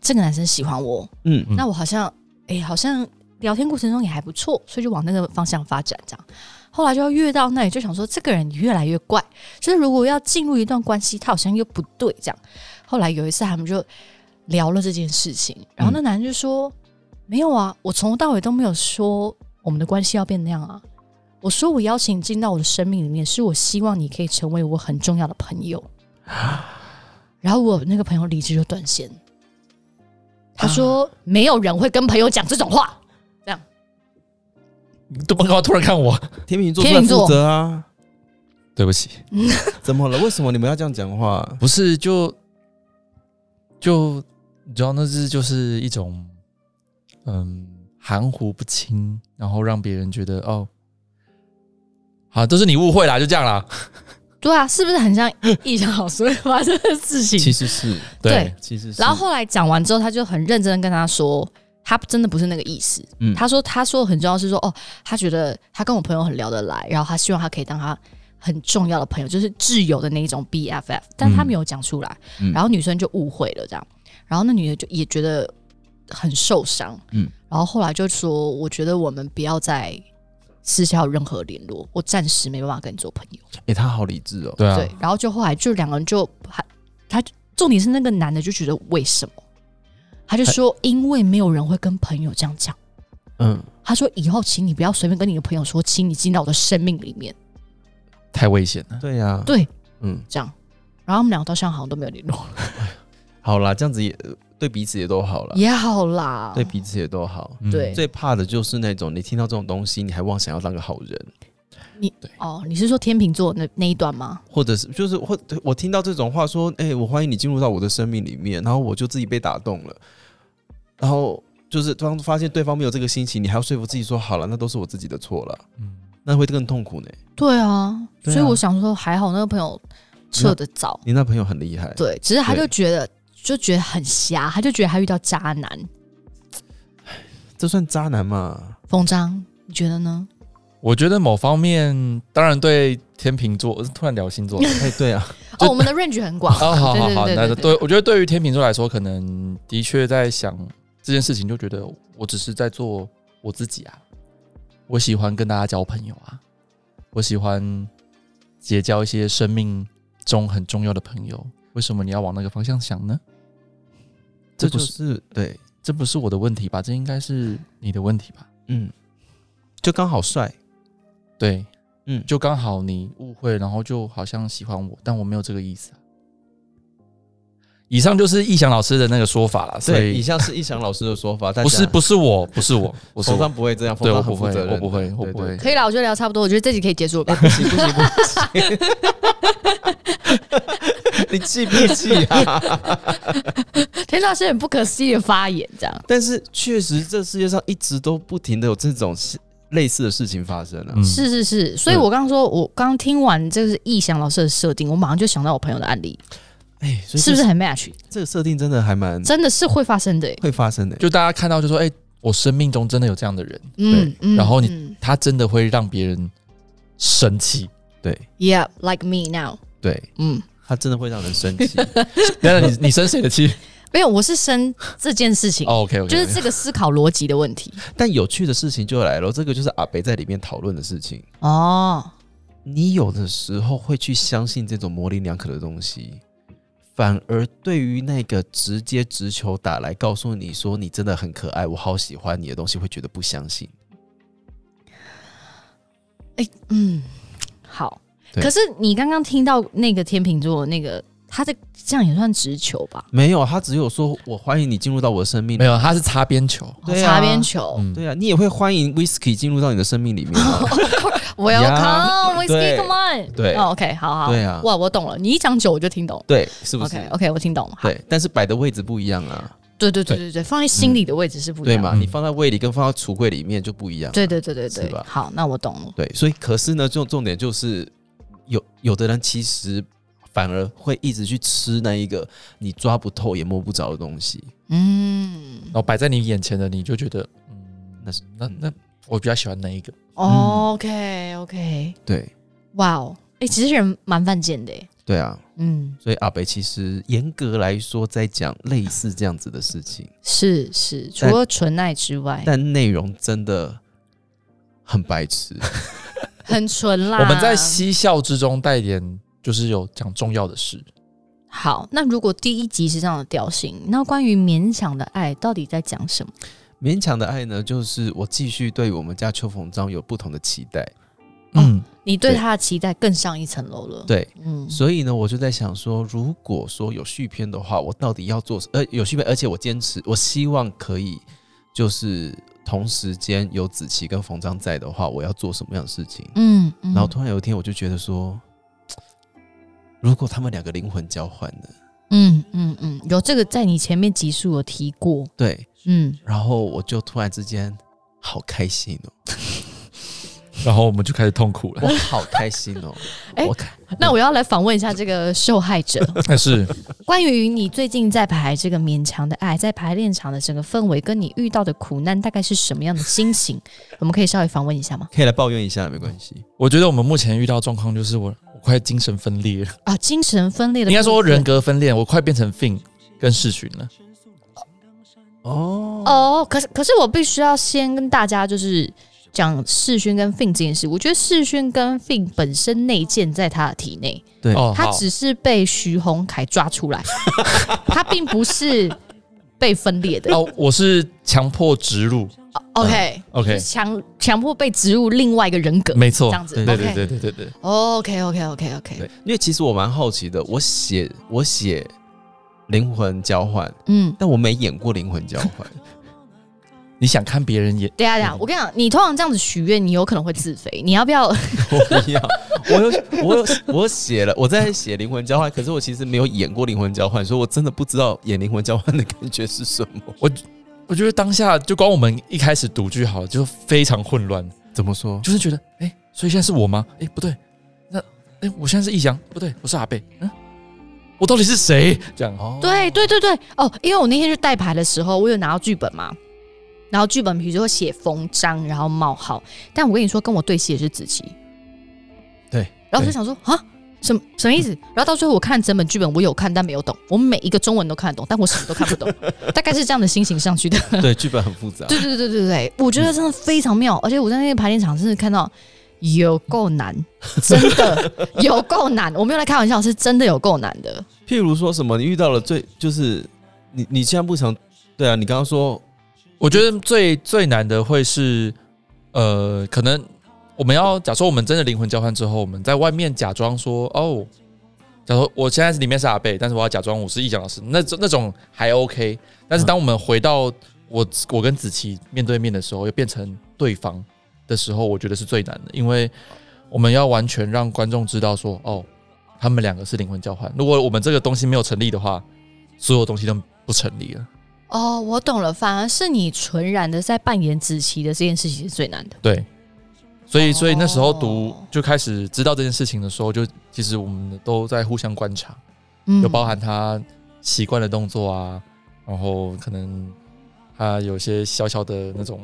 S2: 这个男生喜欢我，
S1: 嗯，
S2: 那我好像，哎、好像聊天过程中也还不错，所以就往那个方向发展这样。后来就要越到那里，就想说这个人越来越怪，就是如果要进入一段关系，他好像又不对这样。后来有一次他们就聊了这件事情，然后那男人就说：“没有啊，我从头到尾都没有说我们的关系要变那样啊。我说我邀请你进到我的生命里面，是我希望你可以成为我很重要的朋友。然后我那个朋友理智就断线，他说、没有人会跟朋友讲这种话。
S3: 都不干嘛突然看我？
S1: 天秤座
S2: 天
S1: 最
S2: 秤座
S1: 负责啊，
S3: [laughs] 对不起，
S1: 怎么了？为什么你们要这样讲话？
S3: 不是就就你知道那是就是一种嗯含糊不清，然后让别人觉得哦，好都是你误会啦，就这样 [laughs] 啦。
S2: 对啊，是不是很像异常好所以发生的事
S1: 其
S2: 情？
S1: 实是，
S2: 对
S1: 其实是，
S2: 然后后来讲完之后，他就很认真的跟他说，他真的不是那个意思。
S1: 嗯
S2: 他说他说很重要是说哦，他觉得他跟我朋友很聊得来，然后他希望他可以当他很重要的朋友，就是挚友的那一种 BFF，但他没有讲出来，
S1: 嗯
S2: 然后女生就误会了这样，然后那女的就也觉得很受伤，
S1: 嗯
S2: 然后后来就说，我觉得我们不要再私下有任何联络，我暂时没办法跟你做朋友。
S1: 哎，他好理智哦，
S3: 对啊，
S2: 对，然后就后来就两个人就还他重点是那个男的就觉得为什么，他就说因为没有人会跟朋友这样讲。
S1: 嗯，
S2: 他说以后请你不要随便跟你的朋友说，请你进到我的生命里面，
S3: 太危险了。
S1: 对呀，
S2: 对，
S1: 嗯，
S2: 这样。然后他们两个到现在好像都没有联络，
S1: 好啦，这样子也呃对彼此也都好了，
S2: 也好啦。
S1: 对彼此也都好。
S3: 嗯
S2: 对
S1: 最怕的就是那种你听到这种东西，你还妄想要当个好人，
S2: 哦，你是说天秤座那那一段吗？
S1: 或者是就是或我听到这种话说，哎、我欢迎你进入到我的生命里面，然后我就自己被打动了，然后就是当发现对方没有这个心情，你还要说服自己说好了，那都是我自己的错了，
S3: 嗯，
S1: 那会更痛苦呢。
S2: 对啊，
S1: 对啊
S2: 所以我想说还好那个朋友撤得早，
S1: 你那朋友很厉害，
S2: 对，只是他就
S1: 对
S2: 觉得就觉得很瞎，他就觉得他遇到渣男。
S1: 这算渣男 [laughs] 吗？
S2: 冯章，你觉得呢？
S3: 我觉得某方面当然对天秤座，突然聊星座了。
S1: 哎、对啊，
S2: 哦，
S3: 就
S2: 我们的 range 很
S3: [laughs]
S2: 广，
S3: 哦，好好好，
S2: 对对对
S3: 那
S2: 对
S3: 对我觉得对于天秤座来说，可能的确在想这件事情，就觉得我只是在做我自己啊，我喜欢跟大家交朋友啊，我喜欢结交一些生命中很重要的朋友。为什么你要往那个方向想呢？
S1: 这就
S3: 这不是
S1: 是对，
S3: 这不是我的问题吧？这应该是你的问题吧？
S1: 嗯，就刚好帅，
S3: 对，
S1: 嗯，
S3: 就刚好你误会，然后就好像喜欢我，但我没有这个意思啊。以上就是易翔老师的那个说法啦，所
S1: 对，以
S3: 以
S1: 上是一翔老师的说 [laughs] 法，但
S3: 不是不是我，不
S1: [laughs]
S3: 是我，我是
S1: 冯
S3: 我
S1: 章，不会这样，
S3: 对
S1: 冯
S3: 我
S1: 章很
S3: 不
S1: 负
S3: 会，
S1: 责
S3: 我
S1: 任
S3: 不会，
S1: 的
S3: 我
S1: 对
S3: 不
S1: 对
S3: 会。
S2: 可以了，我觉得聊差不多，我觉得这集可以结束了 [laughs]
S1: [laughs]
S2: 吧。
S1: 不行不行不行！ [laughs] 你气不气 [laughs] 啊？
S2: 田老师很不可思议的发言，这样
S1: 但是确实，这世界上一直都不停的有这种事类似的事情发生啊。
S3: 嗯
S2: 是是是，所以我刚刚说，我刚听完这是易翔老师的设定，我马上就想到我朋友的案例，
S1: 哎、所以
S2: 是不是很 match？
S1: 这嗯个设定真的还蛮
S2: 真的是会发生的欸、
S1: 会发生的、
S3: 就大家看到就说，哎、我生命中真的有这样的人，
S2: 嗯嗯
S3: 然后你
S2: 嗯
S3: 它真的会让别人生气。 [laughs]
S1: 对
S2: Yeah, like me now。
S1: 对，
S2: 嗯，
S1: 它真的会让人生气。
S3: 当然，你你生谁的
S2: [laughs]
S3: 气、哦
S2: 没有，我是生这件事情，
S3: o k OK，
S2: 就是这个思考逻辑的问题。
S1: 但有趣的事情就来了，这个就是阿北在里面讨论的事情。
S2: 哦，
S1: 你有的时候会去相信这种模棱两可的东西，反而对于那个直接直球打来告诉你说你真的很可爱，我好喜欢你的东西，会觉得不相信。
S2: 嗯，好。
S1: 对
S2: 可是你刚刚听到那个天秤座的那个，他的这样也算直球吧？
S1: 没有，他只有说我欢迎你进入到我的生命
S3: 没。有，它是擦边球。
S1: 对啊
S2: 擦边球。
S3: 嗯，
S1: 对啊，你也会欢迎 Whisky 进入到你的生命里面啊。
S2: [laughs] Welcome, whiskey,
S1: 对
S2: come on。
S1: 对
S2: 哦，OK，好好。
S1: 对啊
S2: 哇，我懂了，你一讲酒我就听懂。
S1: 对，是不是
S2: OK 哦 OK，我听懂。好，
S1: 对，但是摆的位置不一样啊，
S2: 对对对对对，放在心里的位置是不一
S1: 对
S2: 样的。
S1: 嘛？
S3: 嗯
S1: 你放在胃里跟放在橱柜里面就不一样。
S2: 对对对对
S1: 是
S2: 对
S1: 吧，
S2: 好，那我懂了。
S1: 对，所以可是呢，就重点就是有有的人其实反而会一直去吃那一个你抓不透也摸不着的东西。
S2: 嗯
S3: 然，后摆在你眼前的，你就觉得，嗯，
S1: 那是
S3: 那那我比较喜欢那一个。
S1: 嗯
S2: OK OK，
S1: 对
S2: 哇哦，哎，其实人蛮犯贱的耶，
S1: 对啊，
S2: 嗯，
S1: 所以阿北其实严格来说在讲类似这样子的事情，
S2: 是是，除
S1: 但
S2: 了纯爱之外，
S1: 但内容真的很白痴。 [laughs]
S2: 很纯啦。
S3: 我们在嬉笑之中带点，就是有讲重要的事。
S2: 好，那如果第一集是这样的调性，那关于勉强的爱到底在讲什么？
S1: 勉强的爱呢，就是我继续对我们家邱逢章有不同的期待。
S3: 嗯，
S2: 你对
S1: 对
S2: 他的期待更上一层楼了。，
S1: 对，
S2: 嗯，
S1: 所以呢，我就在想说，如果说有续篇的话，我到底要做什？呃，有续篇，而且我坚持，我希望可以就是同时间有子琪跟冯章在的话，我要做什么样的事情？
S2: 嗯，嗯
S1: 然后突然有一天，我就觉得说，如果他们两个灵魂交换呢？
S2: 嗯嗯嗯，有这个在你前面集数有提过，
S1: 对，
S2: 嗯，，
S1: 然后我就突然之间好开心哦，
S3: 然后我们就开始痛苦
S1: 我
S3: [laughs] 了。
S1: 好开心哦
S2: 哎
S1: 我开
S2: 那我要来访问一下这个受害 [laughs] 者，
S3: 但哎是
S2: 关于你最近在排这个勉强的爱，在排练场的整个氛围，跟你遇到的苦难大概是什么样的心 [laughs] 情？我们可以稍微访问一下吗？
S1: 可以来抱怨一下，没关系。
S3: 我觉得我们目前遇到状况就是我我快精神分裂了，
S2: 啊，精神分裂的
S3: 应
S2: 部分，
S3: 该说人格分裂，我快变成 Fin 跟世群了。
S1: 哦，
S2: 哦。可是可是我必须要先跟大家就是讲世勋跟 Fin 这件事。我觉得世勋跟 Fin 本身内建在他的体内，
S1: 对
S3: 哦，
S2: 他
S3: 好
S2: 只是被徐宏凯抓出
S3: [laughs]
S2: 来，他并不是被分裂
S3: [laughs]
S2: 的。
S3: 哦，我是强迫植入
S2: OK，
S3: ，OK，
S2: 强强迫被植入另外一个人格，
S3: 没错
S2: 这，样子。
S3: 对对对
S2: OK
S3: 对对对对，
S2: OK OK OK OK，
S1: 对，因为其实我蛮好奇的，我写我写灵魂交换，
S2: 嗯，
S1: 但我没演过灵魂交换，
S3: 你想看别人也
S2: 对啊，对啊，我跟你讲，你通常这样子许愿，你有可能会自肥。你要不要？
S1: 我不要，我有我有我写了，我在写灵魂交换，可是我其实没有演过灵魂交换，所以我真的不知道演灵魂交换的感觉是什么。
S3: 我觉得当下就光我们一开始读剧好了，就非常混乱，
S1: 怎么说？
S3: 就是觉得哎、所以现在是我吗？哎、不对，那哎、我现在是易翔，不对，我是阿贝，嗯，我到底是谁？这样哦，
S2: 对对对对哦，因为我那天去代排的时候，我有拿到剧本嘛，然后剧本比如说写冯章，然后冒号，但我跟你说，跟我对戏也是子琪，
S1: 对，
S2: 然后我就想说啊。什么什么意思？然后到最后我看整本剧本，我有看但没有懂，我每一个中文都看得懂，但我什么都看
S1: [laughs]
S2: 不懂，大概是这样的心情上去的。
S1: 对，剧本很复杂。
S2: 对对对对对，我觉得真的非常妙，而且我在那个排练场真的看到有够难，真的有够难，我没有在开玩笑，是真的有够难的。
S1: 譬如说什么，你遇到了最就是你你现在不想，对啊，你刚刚说
S3: 我觉得最最难的会是，呃，可能我们要假说我们真的灵魂交换之后，我们在外面假装说哦，假如我现在是里面是阿贝，但是我要假装我是易翔老师，那种那种还 OK。但是当我们回到我我跟子琪面对面的时候，又变成对方的时候，我觉得是最难的，因为我们要完全让观众知道说哦，他们两个是灵魂交换。如果我们这个东西没有成立的话，所有东西都不成立了。
S2: 哦，我懂了，反而是你纯然的在扮演子琪的这件事情是最难的。
S3: 对，所
S1: 哦
S3: 以所以那时候读
S2: 哦
S3: 就开始知道这件事情的时候，就其实我们都在互相观察，
S2: 嗯
S3: 有包含他习惯的动作啊，然后可能他有些小小的那种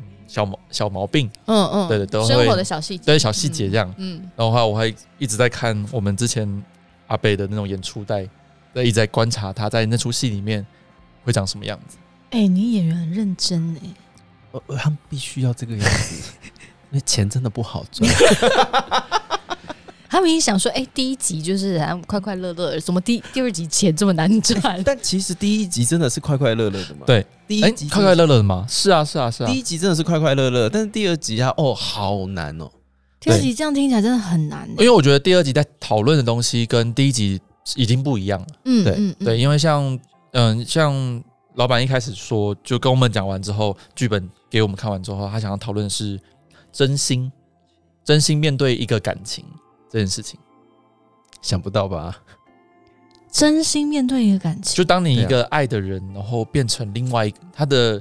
S3: 嗯小毛小毛病，
S2: 嗯嗯，
S3: 对对都会
S2: 生活的小细节，
S3: 对小细节这样。
S2: 嗯，
S3: 然后的话，我还一直在看我们之前阿贝的那种演出带，在一直在观察他在那出戏里面会长什么样子。
S2: 哎、你演员很认真哎，
S1: 呃，呃他们必须要这个样子，因为钱真的不好赚。
S2: 他们一想说，哎、第一集就是啊快快乐乐，怎么第第二集钱这么难赚？
S1: 但其实第一集真的是快快乐乐的嘛，
S3: 对，
S1: 第一
S3: 哎、
S1: 集真的是
S3: 快快乐乐的吗？是啊，是啊，是啊
S1: 第。一集真的是快快乐乐，但是第二集啊，哦，好难哦。
S2: [laughs] 第二集这样听起来真的很难
S3: 因
S2: 哎，
S3: 为我觉得第二集在讨论的东西跟第一集已经不一样了。
S2: 嗯
S1: 对
S2: 嗯，
S3: 对，因为像嗯，像老板一开始说，就跟我们讲完之后，剧本给我们看完之后，他想要讨论的是真心，真心面对一个感情这件事情。
S1: 想不到吧？
S2: 真心面对一个感情，
S3: 就当你
S1: 对啊
S3: 一个爱的人，然后变成另外一他的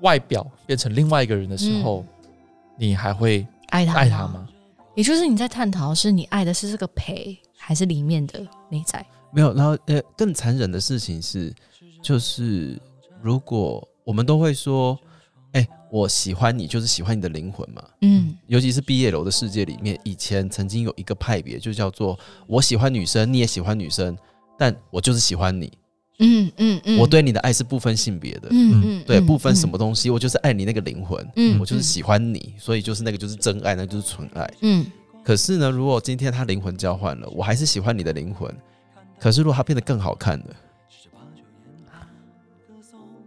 S3: 外表变成另外一个人的时候，你还会
S2: 爱他
S3: 爱他吗？？
S2: 也就是你在探讨是你爱的是这个陪，还是里面的内在？
S1: 没有，然后呃，更残忍的事情是，就是如果我们都会说，哎、我喜欢你，就是喜欢你的灵魂嘛。
S2: 嗯
S1: 尤其是毕业楼的世界里面，以前曾经有一个派别，就叫做我喜欢女生，你也喜欢女生，但我就是喜欢你，
S2: 嗯嗯嗯，
S1: 我对你的爱是不分性别的，
S2: 嗯
S3: 嗯
S2: 嗯，
S1: 对，
S2: 嗯
S1: 不分什么，东西，我就是爱你那个灵魂，
S2: 嗯
S1: 我就是喜欢你，所以就是那个就是真爱，那就是纯爱。
S2: 嗯
S1: 可是呢，如果今天他灵魂交换了，我还是喜欢你的灵魂，可是如果他变得更好看了，
S2: 嗯，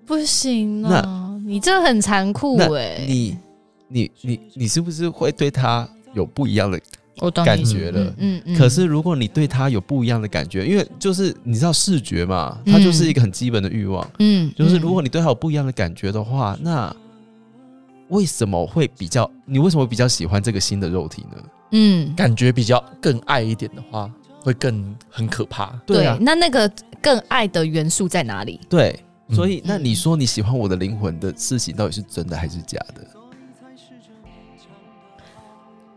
S2: 不行啊，你这很残酷
S1: 那
S2: 哎，
S1: 你你你你是不是会对他有不一样的
S2: 我懂你
S1: 感觉了
S2: 嗯嗯嗯，
S1: 可是如果你对他有不一样的感觉，因为就是你知道视觉嘛，它就是一个很基本的欲望，
S2: 嗯，
S1: 就是如果
S2: 嗯
S1: 你对他有不一样的感觉的话，那为什么会比较？你为什么比较喜欢这个新的肉体呢？
S2: 嗯
S3: 感觉比较更爱一点的话，会更很可怕。
S2: 对
S1: 啊，
S2: 那那个更爱的元素在哪里？
S1: 对。所以
S2: 嗯，
S1: 那你说你喜欢我的灵魂的事情，到底是真的还是假的？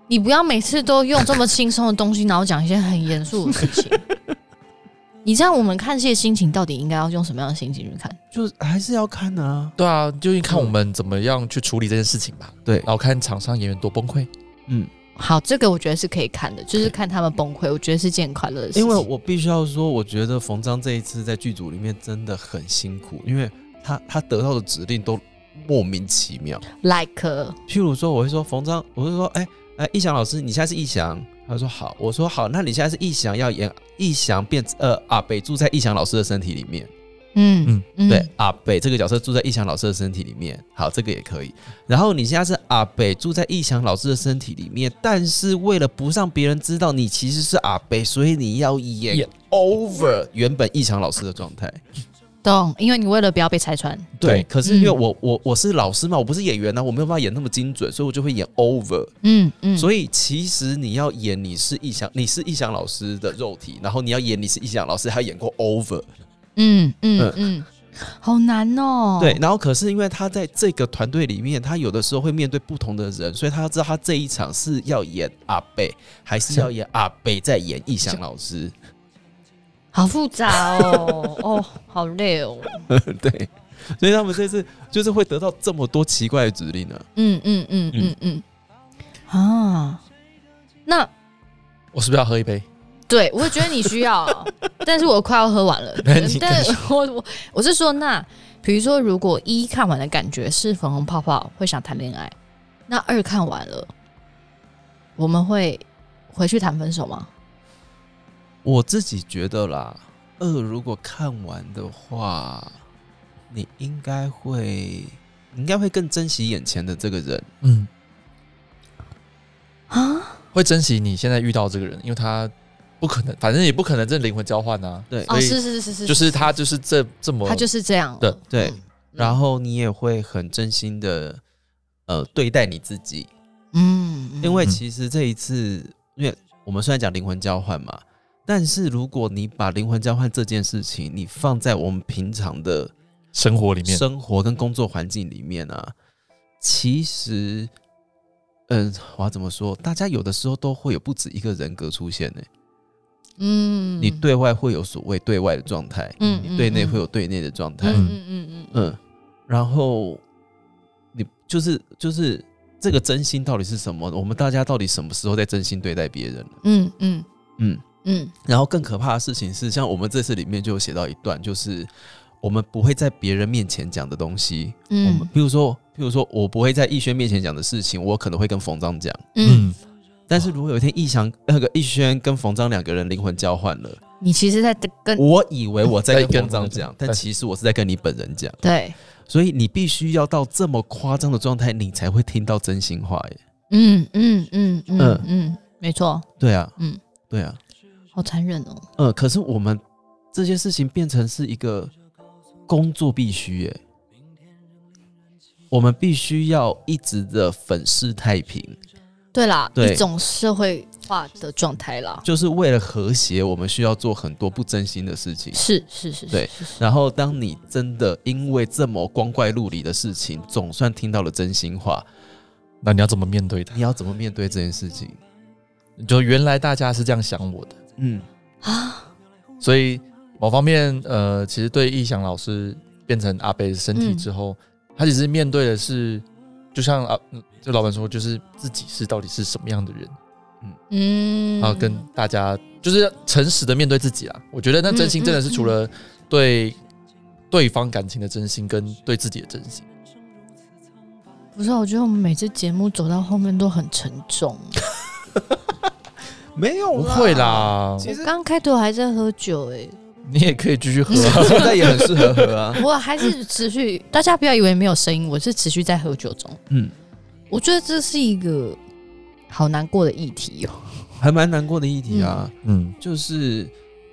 S2: 你不要每次都用这么轻松的东西，然后讲一些很严肃的事情。
S1: [laughs]
S2: 你这样，我们看戏的心情到底应该要用什么样的心情去看？
S1: 就是还是要看啊。
S3: 对啊，就是看我们怎么样去处理这件事情吧。
S1: 对
S3: 然后看场上演员多崩溃。
S1: 嗯，
S2: 好，这个我觉得是可以看的，就是看他们崩溃，我觉得是件快乐的事情。
S1: 因为我必须要说，我觉得冯章这一次在剧组里面真的很辛苦，因为他他得到的指令都莫名其妙。
S2: like 呃
S1: 譬如说，我会说冯章，我会说，哎、哎，逸翔老师，你现在是逸翔，他说好，我说好，那你现在是逸翔，要演逸翔变呃阿北住在逸翔老师的身体里面，
S2: 嗯
S3: 嗯
S2: 嗯
S1: 对，阿北这个角色住在逸翔老师的身体里面，好，这个也可以。然后你现在是阿北住在逸翔老师的身体里面，但是为了不让别人知道你其实是阿北，所以你要演
S3: 演
S1: over 原本逸翔老师的状态。
S2: 懂，因为你为了不要被拆穿，
S1: 对，
S3: 对
S1: 可是因为
S2: 嗯
S1: 我、我我是老师嘛，我不是演员呐、啊我没有办法演那么精准，所以我就会演 over。
S2: 嗯嗯，以
S1: 所以其实你要演你是逸翔，你是逸翔老师的肉体，然后你要演你是逸翔老师，还要演过 over。
S2: 嗯嗯嗯，好难
S1: 呃
S2: 哦。
S1: 对，，然后可是因为他在这个团队里面，他有的时候会面对不同的人，所以他要知道他这一场是要演阿贝，还是要演阿贝再演逸翔老师。
S2: [laughs] 好复杂哦，哦，好累哦。
S1: 对，所以他们这次就是会得到这么多奇怪的指令呢、
S2: 嗯嗯嗯嗯嗯，啊，那
S3: 我是不是要喝一杯？
S2: 对我觉得你需要，但是我快要喝完了
S3: 那你。
S2: 但是我我我是说，那比如说，如果一看完的感觉是粉红泡泡，会想谈恋爱；那二看完了，我们会回去谈分手吗？
S1: 我自己觉得啦，二如果看完的话，你应该会，你应该会更珍惜眼前的这个人。
S3: 嗯，
S2: 啊，
S3: 会珍惜你现在遇到这个人，因为他不可能，反正也不可能这灵魂交换啊。
S1: 对
S2: 哦，
S3: 所以
S2: 是是是是，
S3: 就是他就是这这么，
S2: 他就是这样了。
S3: 对
S1: 对，
S2: 嗯
S1: 然后你也会很真心的，呃，对待你自己，
S2: 嗯，嗯
S1: 因为
S3: 嗯
S1: 其实这一次，因为我们虽然讲灵魂交换嘛，但是如果你把灵魂交换这件事情，你放在我们平常的
S3: 生活里面，
S1: 生活跟工作环境里面啊，其实，嗯，我要怎么说？大家有的时候都会有不止一个人格出现呢、
S2: 嗯，
S1: 你对外会有所谓对外的状态，
S2: 嗯
S1: 你对内
S2: 嗯
S1: 会有对内的状态，
S2: 嗯嗯嗯嗯
S1: 嗯，然后你就是就是这个真心到底是什么？我们大家到底什么时候在真心对待别人了？
S2: 嗯嗯
S1: 嗯，
S2: 嗯
S1: 然后更可怕的事情是，像我们这次里面就有写到一段，就是我们不会在别人面前讲的东西，我们
S2: 嗯
S1: 比如说，比如说我不会在逸轩面前讲的事情，我可能会跟冯章讲。
S2: 嗯，，
S1: 但是如果有一天呃逸翔那个逸轩跟冯章两个人灵魂交换了，
S2: 你其实在跟
S1: 我以为我在
S3: 在跟
S1: 跟冯章讲
S3: 冯章，
S1: 但
S3: 对
S1: 其实我是在跟你本人讲。
S2: 对，
S1: 所以你必须要到这么夸张的状态，你才会听到真心话耶。
S2: 嗯嗯嗯嗯
S1: 嗯
S2: 嗯，没错，
S1: 对啊，
S2: 嗯，
S1: 对啊，
S2: 好残忍哦。
S1: 呃，可是我们这些事情变成是一个工作必须耶，我们必须要一直的粉饰太平，
S2: 对啦，
S1: 对
S2: 一种社会化的状态啦，
S1: 就是为了和谐，我们需要做很多不真心的事情。
S2: 是是是，是
S1: 对
S2: 是是
S1: 然后，当你真的因为这么光怪陆离的事情，总算听到了真心话，
S3: 那你要怎么面对它？
S1: 你要怎么面对这件事情？
S3: 就原来大家是这样想我的，
S1: 嗯，
S2: 啊，
S3: 所以某方面，呃，其实对逸翔老师变成阿北身体之后，
S2: 嗯
S3: 他其实面对的是，就像啊，嗯就老板说，就是自己是到底是什么样的人，
S2: 嗯，
S3: 然后跟大家就是诚实的面对自己啦。我觉得那真心真的是除了对对方感情的真心，跟对自己的真心。
S2: 不是，啊我觉得我们每次节目走到后面都很沉重。
S1: 没有
S3: 不会，啦，
S1: 其实
S2: 我刚开头还在喝酒哎、
S3: 你也可以继续喝 [laughs] 啊、
S1: 现在也很适合喝啊。
S2: 我还是持续。大家不要以为没有声音，我是持续在喝酒中。
S1: 嗯，
S2: 我觉得这是一个好难过的议题哦。
S1: 还蛮难过的议题啊。
S3: 嗯，
S1: 就是，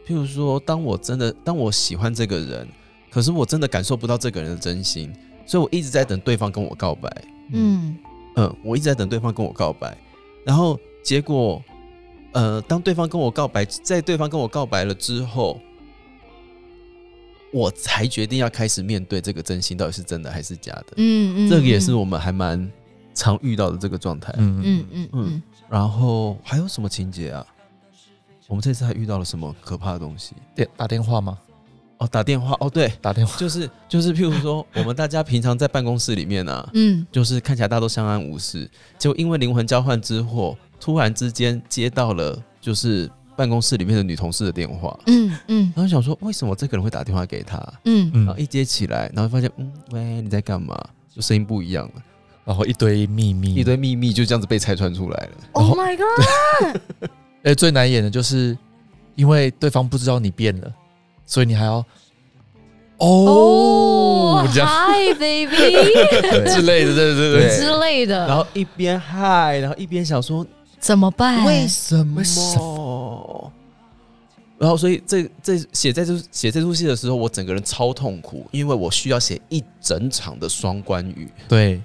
S1: 譬如说，当我真的当我喜欢这个人，可是我真的感受不到这个人的真心，所以我一直在等对方跟我告白。
S2: 嗯
S1: 嗯，我一直在等对方跟我告白，然后结果，呃，当对方跟我告白，在对方跟我告白了之后，我才决定要开始面对这个真心到底是真的还是假的。
S2: 嗯嗯，
S1: 这个也是我们还蛮常遇到的这个状态。
S3: 嗯
S2: 嗯嗯嗯
S1: 然后还有什么情节啊？我们这次还遇到了什么可怕的东西？
S3: 电打电话吗？
S1: 哦，打电话哦，对，
S3: 打电话，
S1: 就是就是，譬如说，我们大家平常在办公室里面呢、啊，
S2: 嗯
S1: 就是看起来大家都相安无事，就因为灵魂交换之祸，突然之间接到了就是办公室里面的女同事的电话，
S2: 嗯嗯
S1: 然后想说为什么这个人会打电话给她，
S2: 嗯
S1: 然后一接起来，然后发现嗯，喂，你在干嘛？就声音不一样了，
S3: 然后一堆秘密，
S1: 一堆秘密就这样子被拆穿出来了。
S2: ，Oh my god！
S3: 哎，最难演的就是因为对方不知道你变了，所以你还要哦这样
S2: 哦，Hi
S1: [laughs]
S2: baby
S3: 之类的，对对
S1: 对
S3: 对，
S2: 之类的，
S1: 然后一边嗨，然后一边想说
S2: 怎么办？
S1: 为什么？
S3: 为什
S1: 然后，所以这这写在这写这出戏的时候，我整个人超痛苦，因为我需要写一整场的双关语。
S3: 对，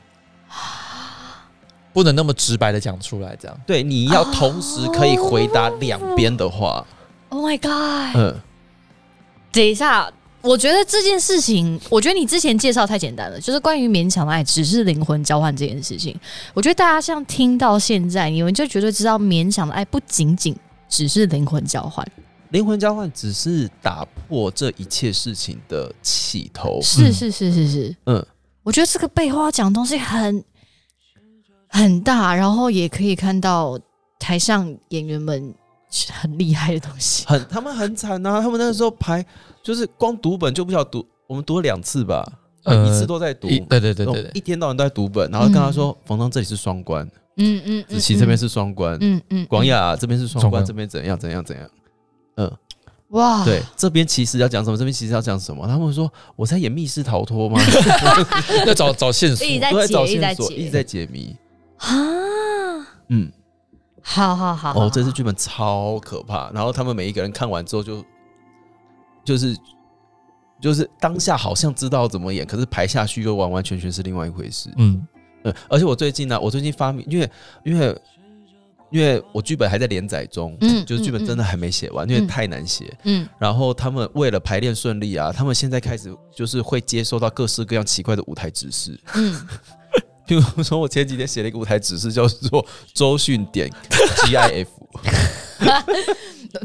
S3: 不能那么直白的讲出来，这样
S1: 对，你要同时可以回答两边的话。
S2: Oh my god！
S1: 嗯，
S2: 等一下，我觉得这件事情，我觉得你之前介绍太简单了，就是关于勉强的爱只是灵魂交换这件事情。我觉得大家像听到现在，你们就绝对知道，勉强的爱不仅仅只是灵魂交换，
S1: 灵魂交换只是打破这一切事情的起头。
S2: 是是是是是，
S1: 嗯，
S2: 我觉得这个背后要讲的东西很很大，然后也可以看到台上演员们很厉害的东西。
S1: 很他们很惨啊！他们那时候排就是光读本就不晓得读，我们读了两次吧，
S3: 呃
S1: 一次都在读。
S3: 一对对对对
S1: 一
S3: 对，
S1: 天到晚都在读本，然后跟他说：“冯章这里是双关，
S2: 嗯嗯，
S1: 子琪这边，是双关，
S2: 嗯嗯，
S1: 广啊雅、这边是双
S3: 双
S1: 关，
S3: 关
S1: 这边怎样怎样怎样。
S2: 哇，
S1: 对，这边其实要讲什么，这边其实要讲什么。他们说我在演密室逃脱
S2: [laughs]
S1: 吗？ [laughs]
S3: 要哦找找线索
S2: 一，直在
S1: 我在找
S2: 解，一直
S1: 线
S2: 在
S1: 索，一直
S2: 解
S1: 在解谜。
S2: 啊。
S1: 嗯，
S2: 好好好，
S1: 哦，这
S2: 是
S1: 次剧本超可怕。然后他们每一个人看完之后就，就是就是当下好像知道怎么演，可是排下去又完完全全是另外一回事。
S3: 嗯，
S1: 嗯，而且我最近呢、我最近发明，因为因为因为我剧本还在连载中，
S2: 嗯
S1: 就是剧本
S2: 嗯嗯
S1: 真的还没写完，因为
S2: 嗯
S1: 太难写。
S2: 嗯
S1: 然后他们为了排练顺利啊，他们现在开始就是会接收到各式各样奇怪的舞台指示。 [laughs]
S2: 嗯， [laughs]
S1: 譬如说，我前几天写了一个舞台指示，叫做周训点 GIF，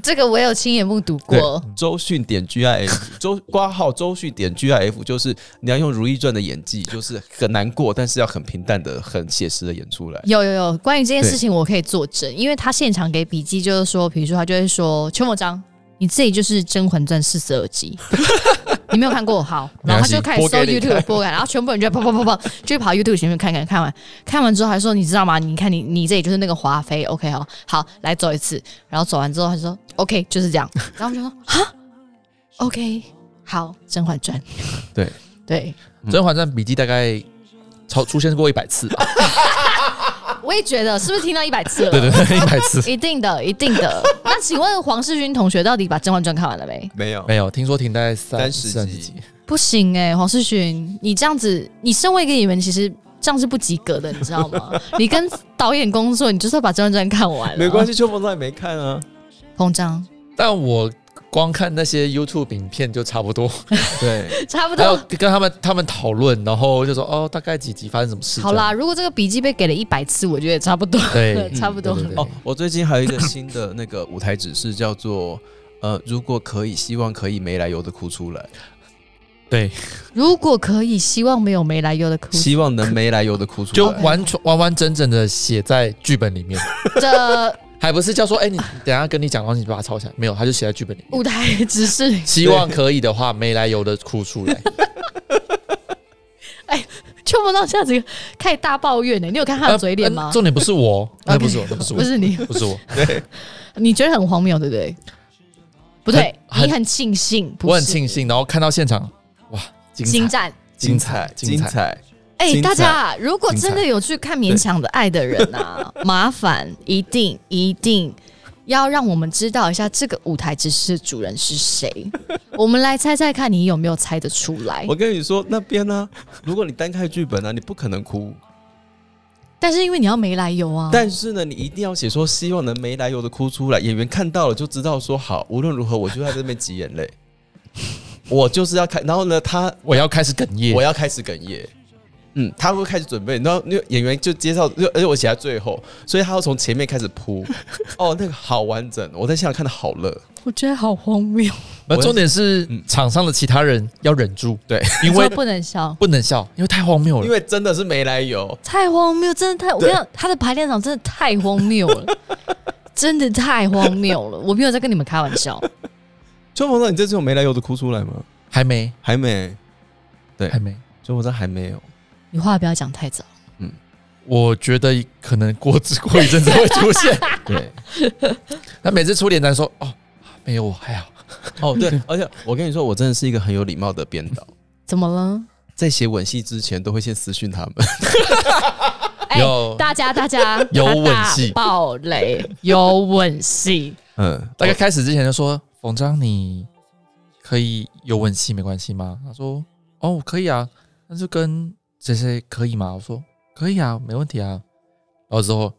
S2: 这个我有亲眼目睹过。
S1: 周迅点 GIF，周挂号周迅点 GIF，就是你要用《如懿传》的演技，就是很难过，但是要很平淡的、很写实的演出来。
S2: 有有有，关于这件事情我可以作证，因为他现场给笔记就是说，比如说他就会说邱某章，你自己就是《甄嬛传》四十二集， [laughs] 你没有看过好，然后他就
S3: [laughs] 没关
S2: 开
S3: 系
S2: 始搜
S3: 播给你
S2: YouTube 播看，然后全部人就啪啪啪啪，就跑 YouTube 前面看看，看完看完之后还说你知道吗？你看你你这里就是那个华妃，OK 好，好来走一次，然后走完之后他就说 OK 就是这样，然后我们就说哈 OK 好《甄嬛传》
S1: 对
S2: 对，
S3: 《嗯甄嬛传》笔记大概超出现过一百次吧，
S2: 我也觉得是不是听到一百次了？
S3: 对对对，一百
S2: [laughs]
S3: 次
S2: 一定的，一定 [laughs] 的。那请问黄世勋同学到底把《甄嬛传》看完了没？
S1: 没有
S3: [laughs] 没有听说停大概三
S1: 三十
S3: 30
S1: 集
S3: 集，
S2: 不行哎、黄世勋，你这样子，你身为一个演员，其实这样是不及格的，你知道 [laughs] 吗？你跟导演工作，你就是要把《甄嬛传》看完。啊
S1: 没关
S2: 系，
S1: 系，邱鹏章也没看啊。
S2: 膨胀，
S3: 但我光看那些 YouTube 影片就差不多，
S1: 对，
S2: 差不
S3: 还有
S2: 多。
S3: 跟他们他们讨论，然后就说哦，大概几集发生什么事？
S2: 好啦，如果这个笔记被给了一百次，我觉得也差不多。
S3: 这样，对，
S2: [laughs] 差不多
S3: 对对对
S1: 哦，我最近还有一个新的那个舞台指示，叫做呃，如果可以，希望可以没来由的哭出来，
S3: 对，
S2: 如果可以，希望没有没来由的
S1: [laughs]
S2: 哭。
S1: 希望能没来由的哭出来。
S3: 就完全完完整整的写在剧本里面，
S2: 这
S3: 还不是叫说哎，你等一下跟你讲，然后你把它抄下来，没有，他就写在剧本里面。
S2: 舞台只是
S3: 希望可以的话，没来由的哭出来。
S2: 秋梦到下子开始大抱怨呢、欸你有看 [laughs] 他的嘴脸吗
S3: 呃？重点不
S2: [laughs]
S3: 是我，那
S2: OK
S3: 不是我，那不是我
S2: 不，是你，
S3: 不是我，
S2: 你觉得很荒谬，对不对？不对，
S3: 很
S2: 你很庆幸，不是
S3: 我很庆幸。然后看到现场，哇，精彩
S2: 精湛。
S1: 精彩，精
S3: 精彩！
S1: 彩，
S2: 哎、
S3: 精彩
S2: 大家如果
S3: 精彩
S2: 真的有去看《勉强的爱》的人啊， [laughs] 麻烦一定一定要让我们知道一下这个舞台指示的主人是
S3: [laughs]
S2: 谁，我们来猜猜看，你有没有猜得出来
S1: 我？跟你说，那边呢、 [laughs] 如果你单看剧本呢、你不可能哭，
S2: 但是因为你要没来由啊，
S1: 但是呢，你一定要写说希望能没来由的哭出来，演员看到了就知道说好，无论如何我就在这边挤 [laughs] 眼泪，我就是要看，然后呢，他
S3: 我要开始哽咽
S1: 我。要开始哽咽。嗯，他会开始准备，然后那个演员就介绍，就而且我写在最后，所以他要从前面开始 [laughs] 铺。哦，那个好完整，我在现场看的好 [laughs] 乐。
S2: 我觉得好荒谬，
S3: 而
S1: 我嗯
S3: 重点是，场上的其他人要忍住，
S1: 对，
S2: [laughs]
S3: 因为
S2: 你说不能笑。
S3: 不能笑，因为太荒谬
S1: 因
S3: 了。
S1: 为真的是没来由，
S2: 太荒谬，真的太……我跟你讲，他的排练场真的太荒谬
S3: [laughs]
S2: 了，真的太荒谬了。我没有在跟你们开玩笑，
S1: 邱鹏章，你这次有没来由的哭出来吗？
S3: 还没，
S1: 还没，对
S3: 还没。
S1: 邱鹏章还没有。
S2: 你话不要讲太早。
S3: 我觉得可能过过一阵子会
S2: [laughs]
S3: 出现。
S1: 对，
S3: 他每次出脸咱说哦，没有我还好。
S1: 哦对，而且我跟你说，我真的是一个很有礼貌的编导，
S2: 怎么了？
S1: 在写吻戏之前都会先私讯他们。
S2: 哎、
S3: 有
S2: 大家
S1: [laughs]
S2: 大家
S3: 有
S2: 大
S3: 吻戏
S2: 暴雷，有吻戏，
S1: 嗯，
S3: 大概开始之前就说，冯章你可以有吻戏没关系吗？他说哦可以啊，但是跟谁谁可以吗？我说可以啊，没问题啊。然后之后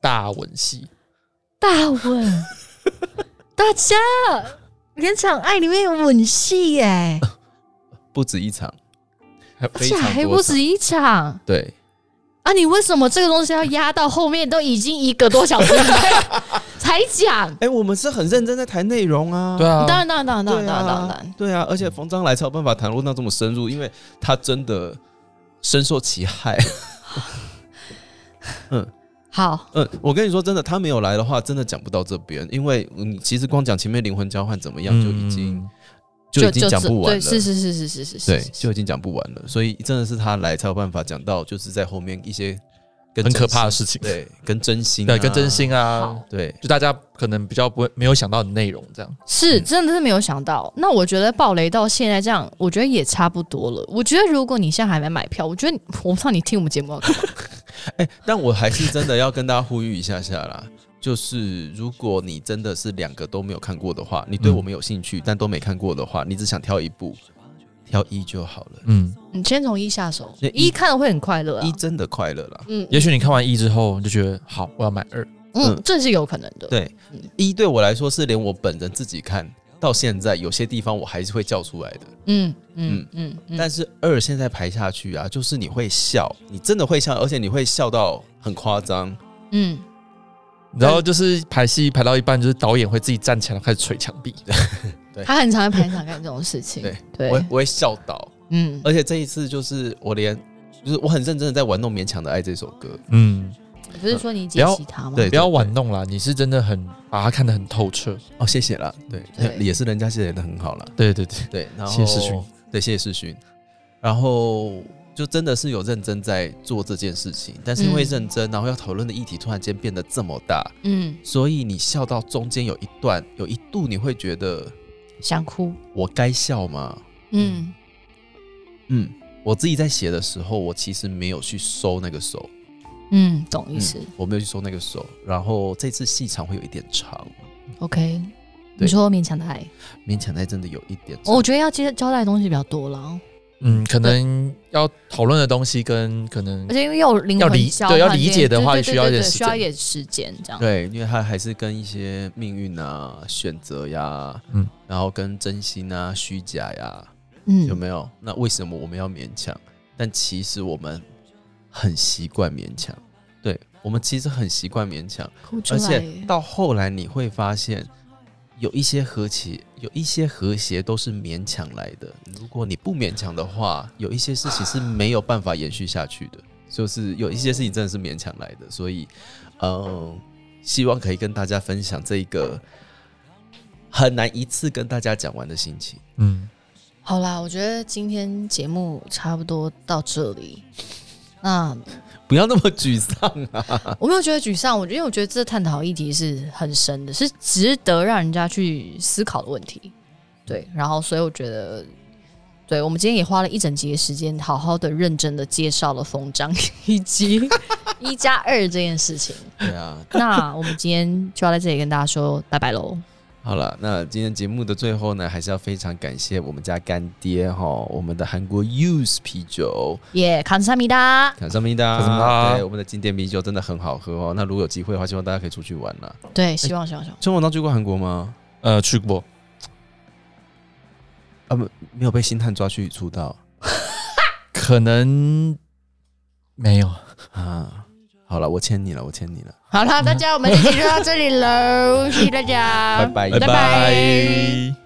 S3: 大吻戏，
S2: 大吻，大家连场爱里面有吻戏耶、
S1: 不止一场，
S3: 还
S2: 而
S1: 非
S2: 且
S1: 常
S2: 还
S1: 多
S2: 不
S1: 场
S2: 止一场。
S1: 对，
S2: 啊！你为什么这个东西要压到后面？都已经一个多小时才
S1: [laughs]
S2: 才讲？
S1: 哎，我们是很认真在谈内容啊。
S3: 对啊，
S2: 哦当然，当然，当然，当然，
S1: 对
S2: 当然，当
S1: 啊
S2: 然。，
S1: 对啊，而且冯章来才有办法谈论到这么深入，因为他真的深受其害。
S2: 好，
S1: 嗯，我跟你说，真的，他没有来的话，真的讲不到这边，因为你其实光讲前面灵魂交换怎么样，就已经、
S3: 嗯
S1: 就已经讲不完
S2: 对，
S1: 了。
S2: 是是是是是是是，
S1: 对，就已经讲不完了，所以真的是他来才有办法讲到，就是在后面一些跟
S3: 很
S1: 真
S3: 可怕的
S1: 心
S3: 事情。
S1: 对，跟真心、
S3: 嗯对，跟真，心啊
S2: 好，
S1: 对，
S3: 就大家可能比较不会没有想到的内容，这样
S2: 是真的是没有想到。那我觉得暴雷到现在这样，我觉得也差不多了。我觉得如果你现在还没买票，我觉得你我不知道你听我们节目要干嘛
S1: 哎、但我还是真的要跟大家呼吁一下下啦，就是如果你真的是两个都没有看过的话，你对
S3: 嗯
S1: 我们有兴趣、但都没看过的话，你只想挑一部，挑一就好了，
S3: 嗯，
S2: [laughs] 你先从一下手，
S1: 对一
S2: 一看了会很快乐、啊
S1: 一。真的快乐啦。
S2: 嗯
S3: 也许你看完一之后你就觉得好，我要买二，
S2: 嗯
S1: 嗯，
S2: 这是有可能的。
S1: 对，一对我来说是连我本人自己看到现在，有些地方我还是会叫出来的。
S2: 嗯嗯嗯嗯，
S1: 但是二现在排下去啊，就是你会笑，你真的会笑，而且你会笑到很夸张。
S2: 嗯，
S3: 然后就是排戏排到一半，就是导演会自己站起来开始捶墙壁。
S1: 对
S2: 他很常在排场干这种事情。
S1: 对
S2: 对，
S1: 我我会笑倒。
S2: 嗯，
S1: 而且这一次就是我连就是我很认真的在玩弄《勉强的爱》这首歌，
S3: 嗯，
S2: 你不是说你
S3: 不
S2: 解
S3: 要
S2: 析他吗？
S1: 对
S3: 不要玩弄啦，你是真的很把它看得很透彻。
S1: 哦，谢谢啦，对，
S2: 对
S1: 也是人家谢谢的很好啦。
S3: 对对对，
S1: 对，然后
S3: 谢世勋，
S1: 对，谢谢世勋，然后就真的是有认真在做这件事情，但是因为
S2: 嗯
S1: 认真，然后要讨论的议题突然间变得这么大，
S2: 嗯，
S1: 所以你笑到中间有一段，有一度你会觉得
S2: 想哭。
S1: 我该笑吗？
S2: 嗯
S1: 嗯，我自己在写的时候，我其实没有去收那个手，
S2: 嗯，懂意
S1: 嗯
S2: 思。
S1: 我没有去收那个手，然后这次戏场会有一点长，
S2: OK，
S1: 对
S2: 你说勉强的爱，
S1: 勉强在真的有一点长
S2: 我觉得要接交代的东西比较多了，啊
S3: 嗯，可能要讨论的东西跟可能
S2: 而且因为要灵
S3: 要
S2: 魂
S3: 理
S2: 交
S3: 对要
S2: 换
S3: 理
S2: 这
S3: 解
S2: 件
S3: 的
S2: 对
S3: 话
S2: 对
S3: 需
S2: 对
S3: 要一
S2: 对
S3: 点
S2: 对
S3: 时
S2: 需要一
S3: 间
S2: 点时间这样。
S1: 对，因为它还是跟一些命运啊、选择呀，嗯
S3: 嗯，
S1: 然后跟真心啊、虚假呀，
S2: 嗯，
S1: 有没有？那为什么我们要勉强？但其实我们很习惯勉强，对我们其实很习惯勉强，
S2: 哭出
S1: 而
S2: 来
S1: 且到后来你会发现，有一些和谐，有一些和谐都是勉强来的。如果你不勉强的话，有一些事情是没有办法延续下去的。就是有一些事情真的是勉强来的，所以，嗯，希望可以跟大家分享这一个很难一次跟大家讲完的心情。
S3: 嗯，
S2: 好啦，我觉得今天节目差不多到这里。
S3: 啊
S2: 那
S1: 不要那么沮丧啊！
S2: 我没有觉得沮丧，我因为我觉得这探讨议题是很深的，是值得让人家去思考的问题。对，然后所以我觉得，对我们今天也花了一整集的时间，好好的、认真的介绍了封章以 [laughs] 及一加二这件事情。
S1: 对啊，
S2: 那我们今天就要在这里跟大家说拜拜喽。
S1: 好了，那今天节目的最后呢，还是要非常感谢我们家干爹哈，我们的韩国 Use 啤酒，
S2: 耶，卡萨米达，
S1: 感谢米达，
S3: 感谢大
S1: 对，我们的经典啤酒真的很好喝哦。那如果有机会的话，希望大家可以出去玩啦。
S2: 对，希望希望希望，
S1: 春晚当去过韩国吗？
S3: 呃，去过，
S1: 啊，不，没有被星探抓去出道
S3: 可能没有。
S1: 啊。好了，我欠你了，我欠你了，
S2: 好了，大家我们这集就到这里喽，谢谢大家，
S1: 拜拜
S2: 拜拜
S3: 拜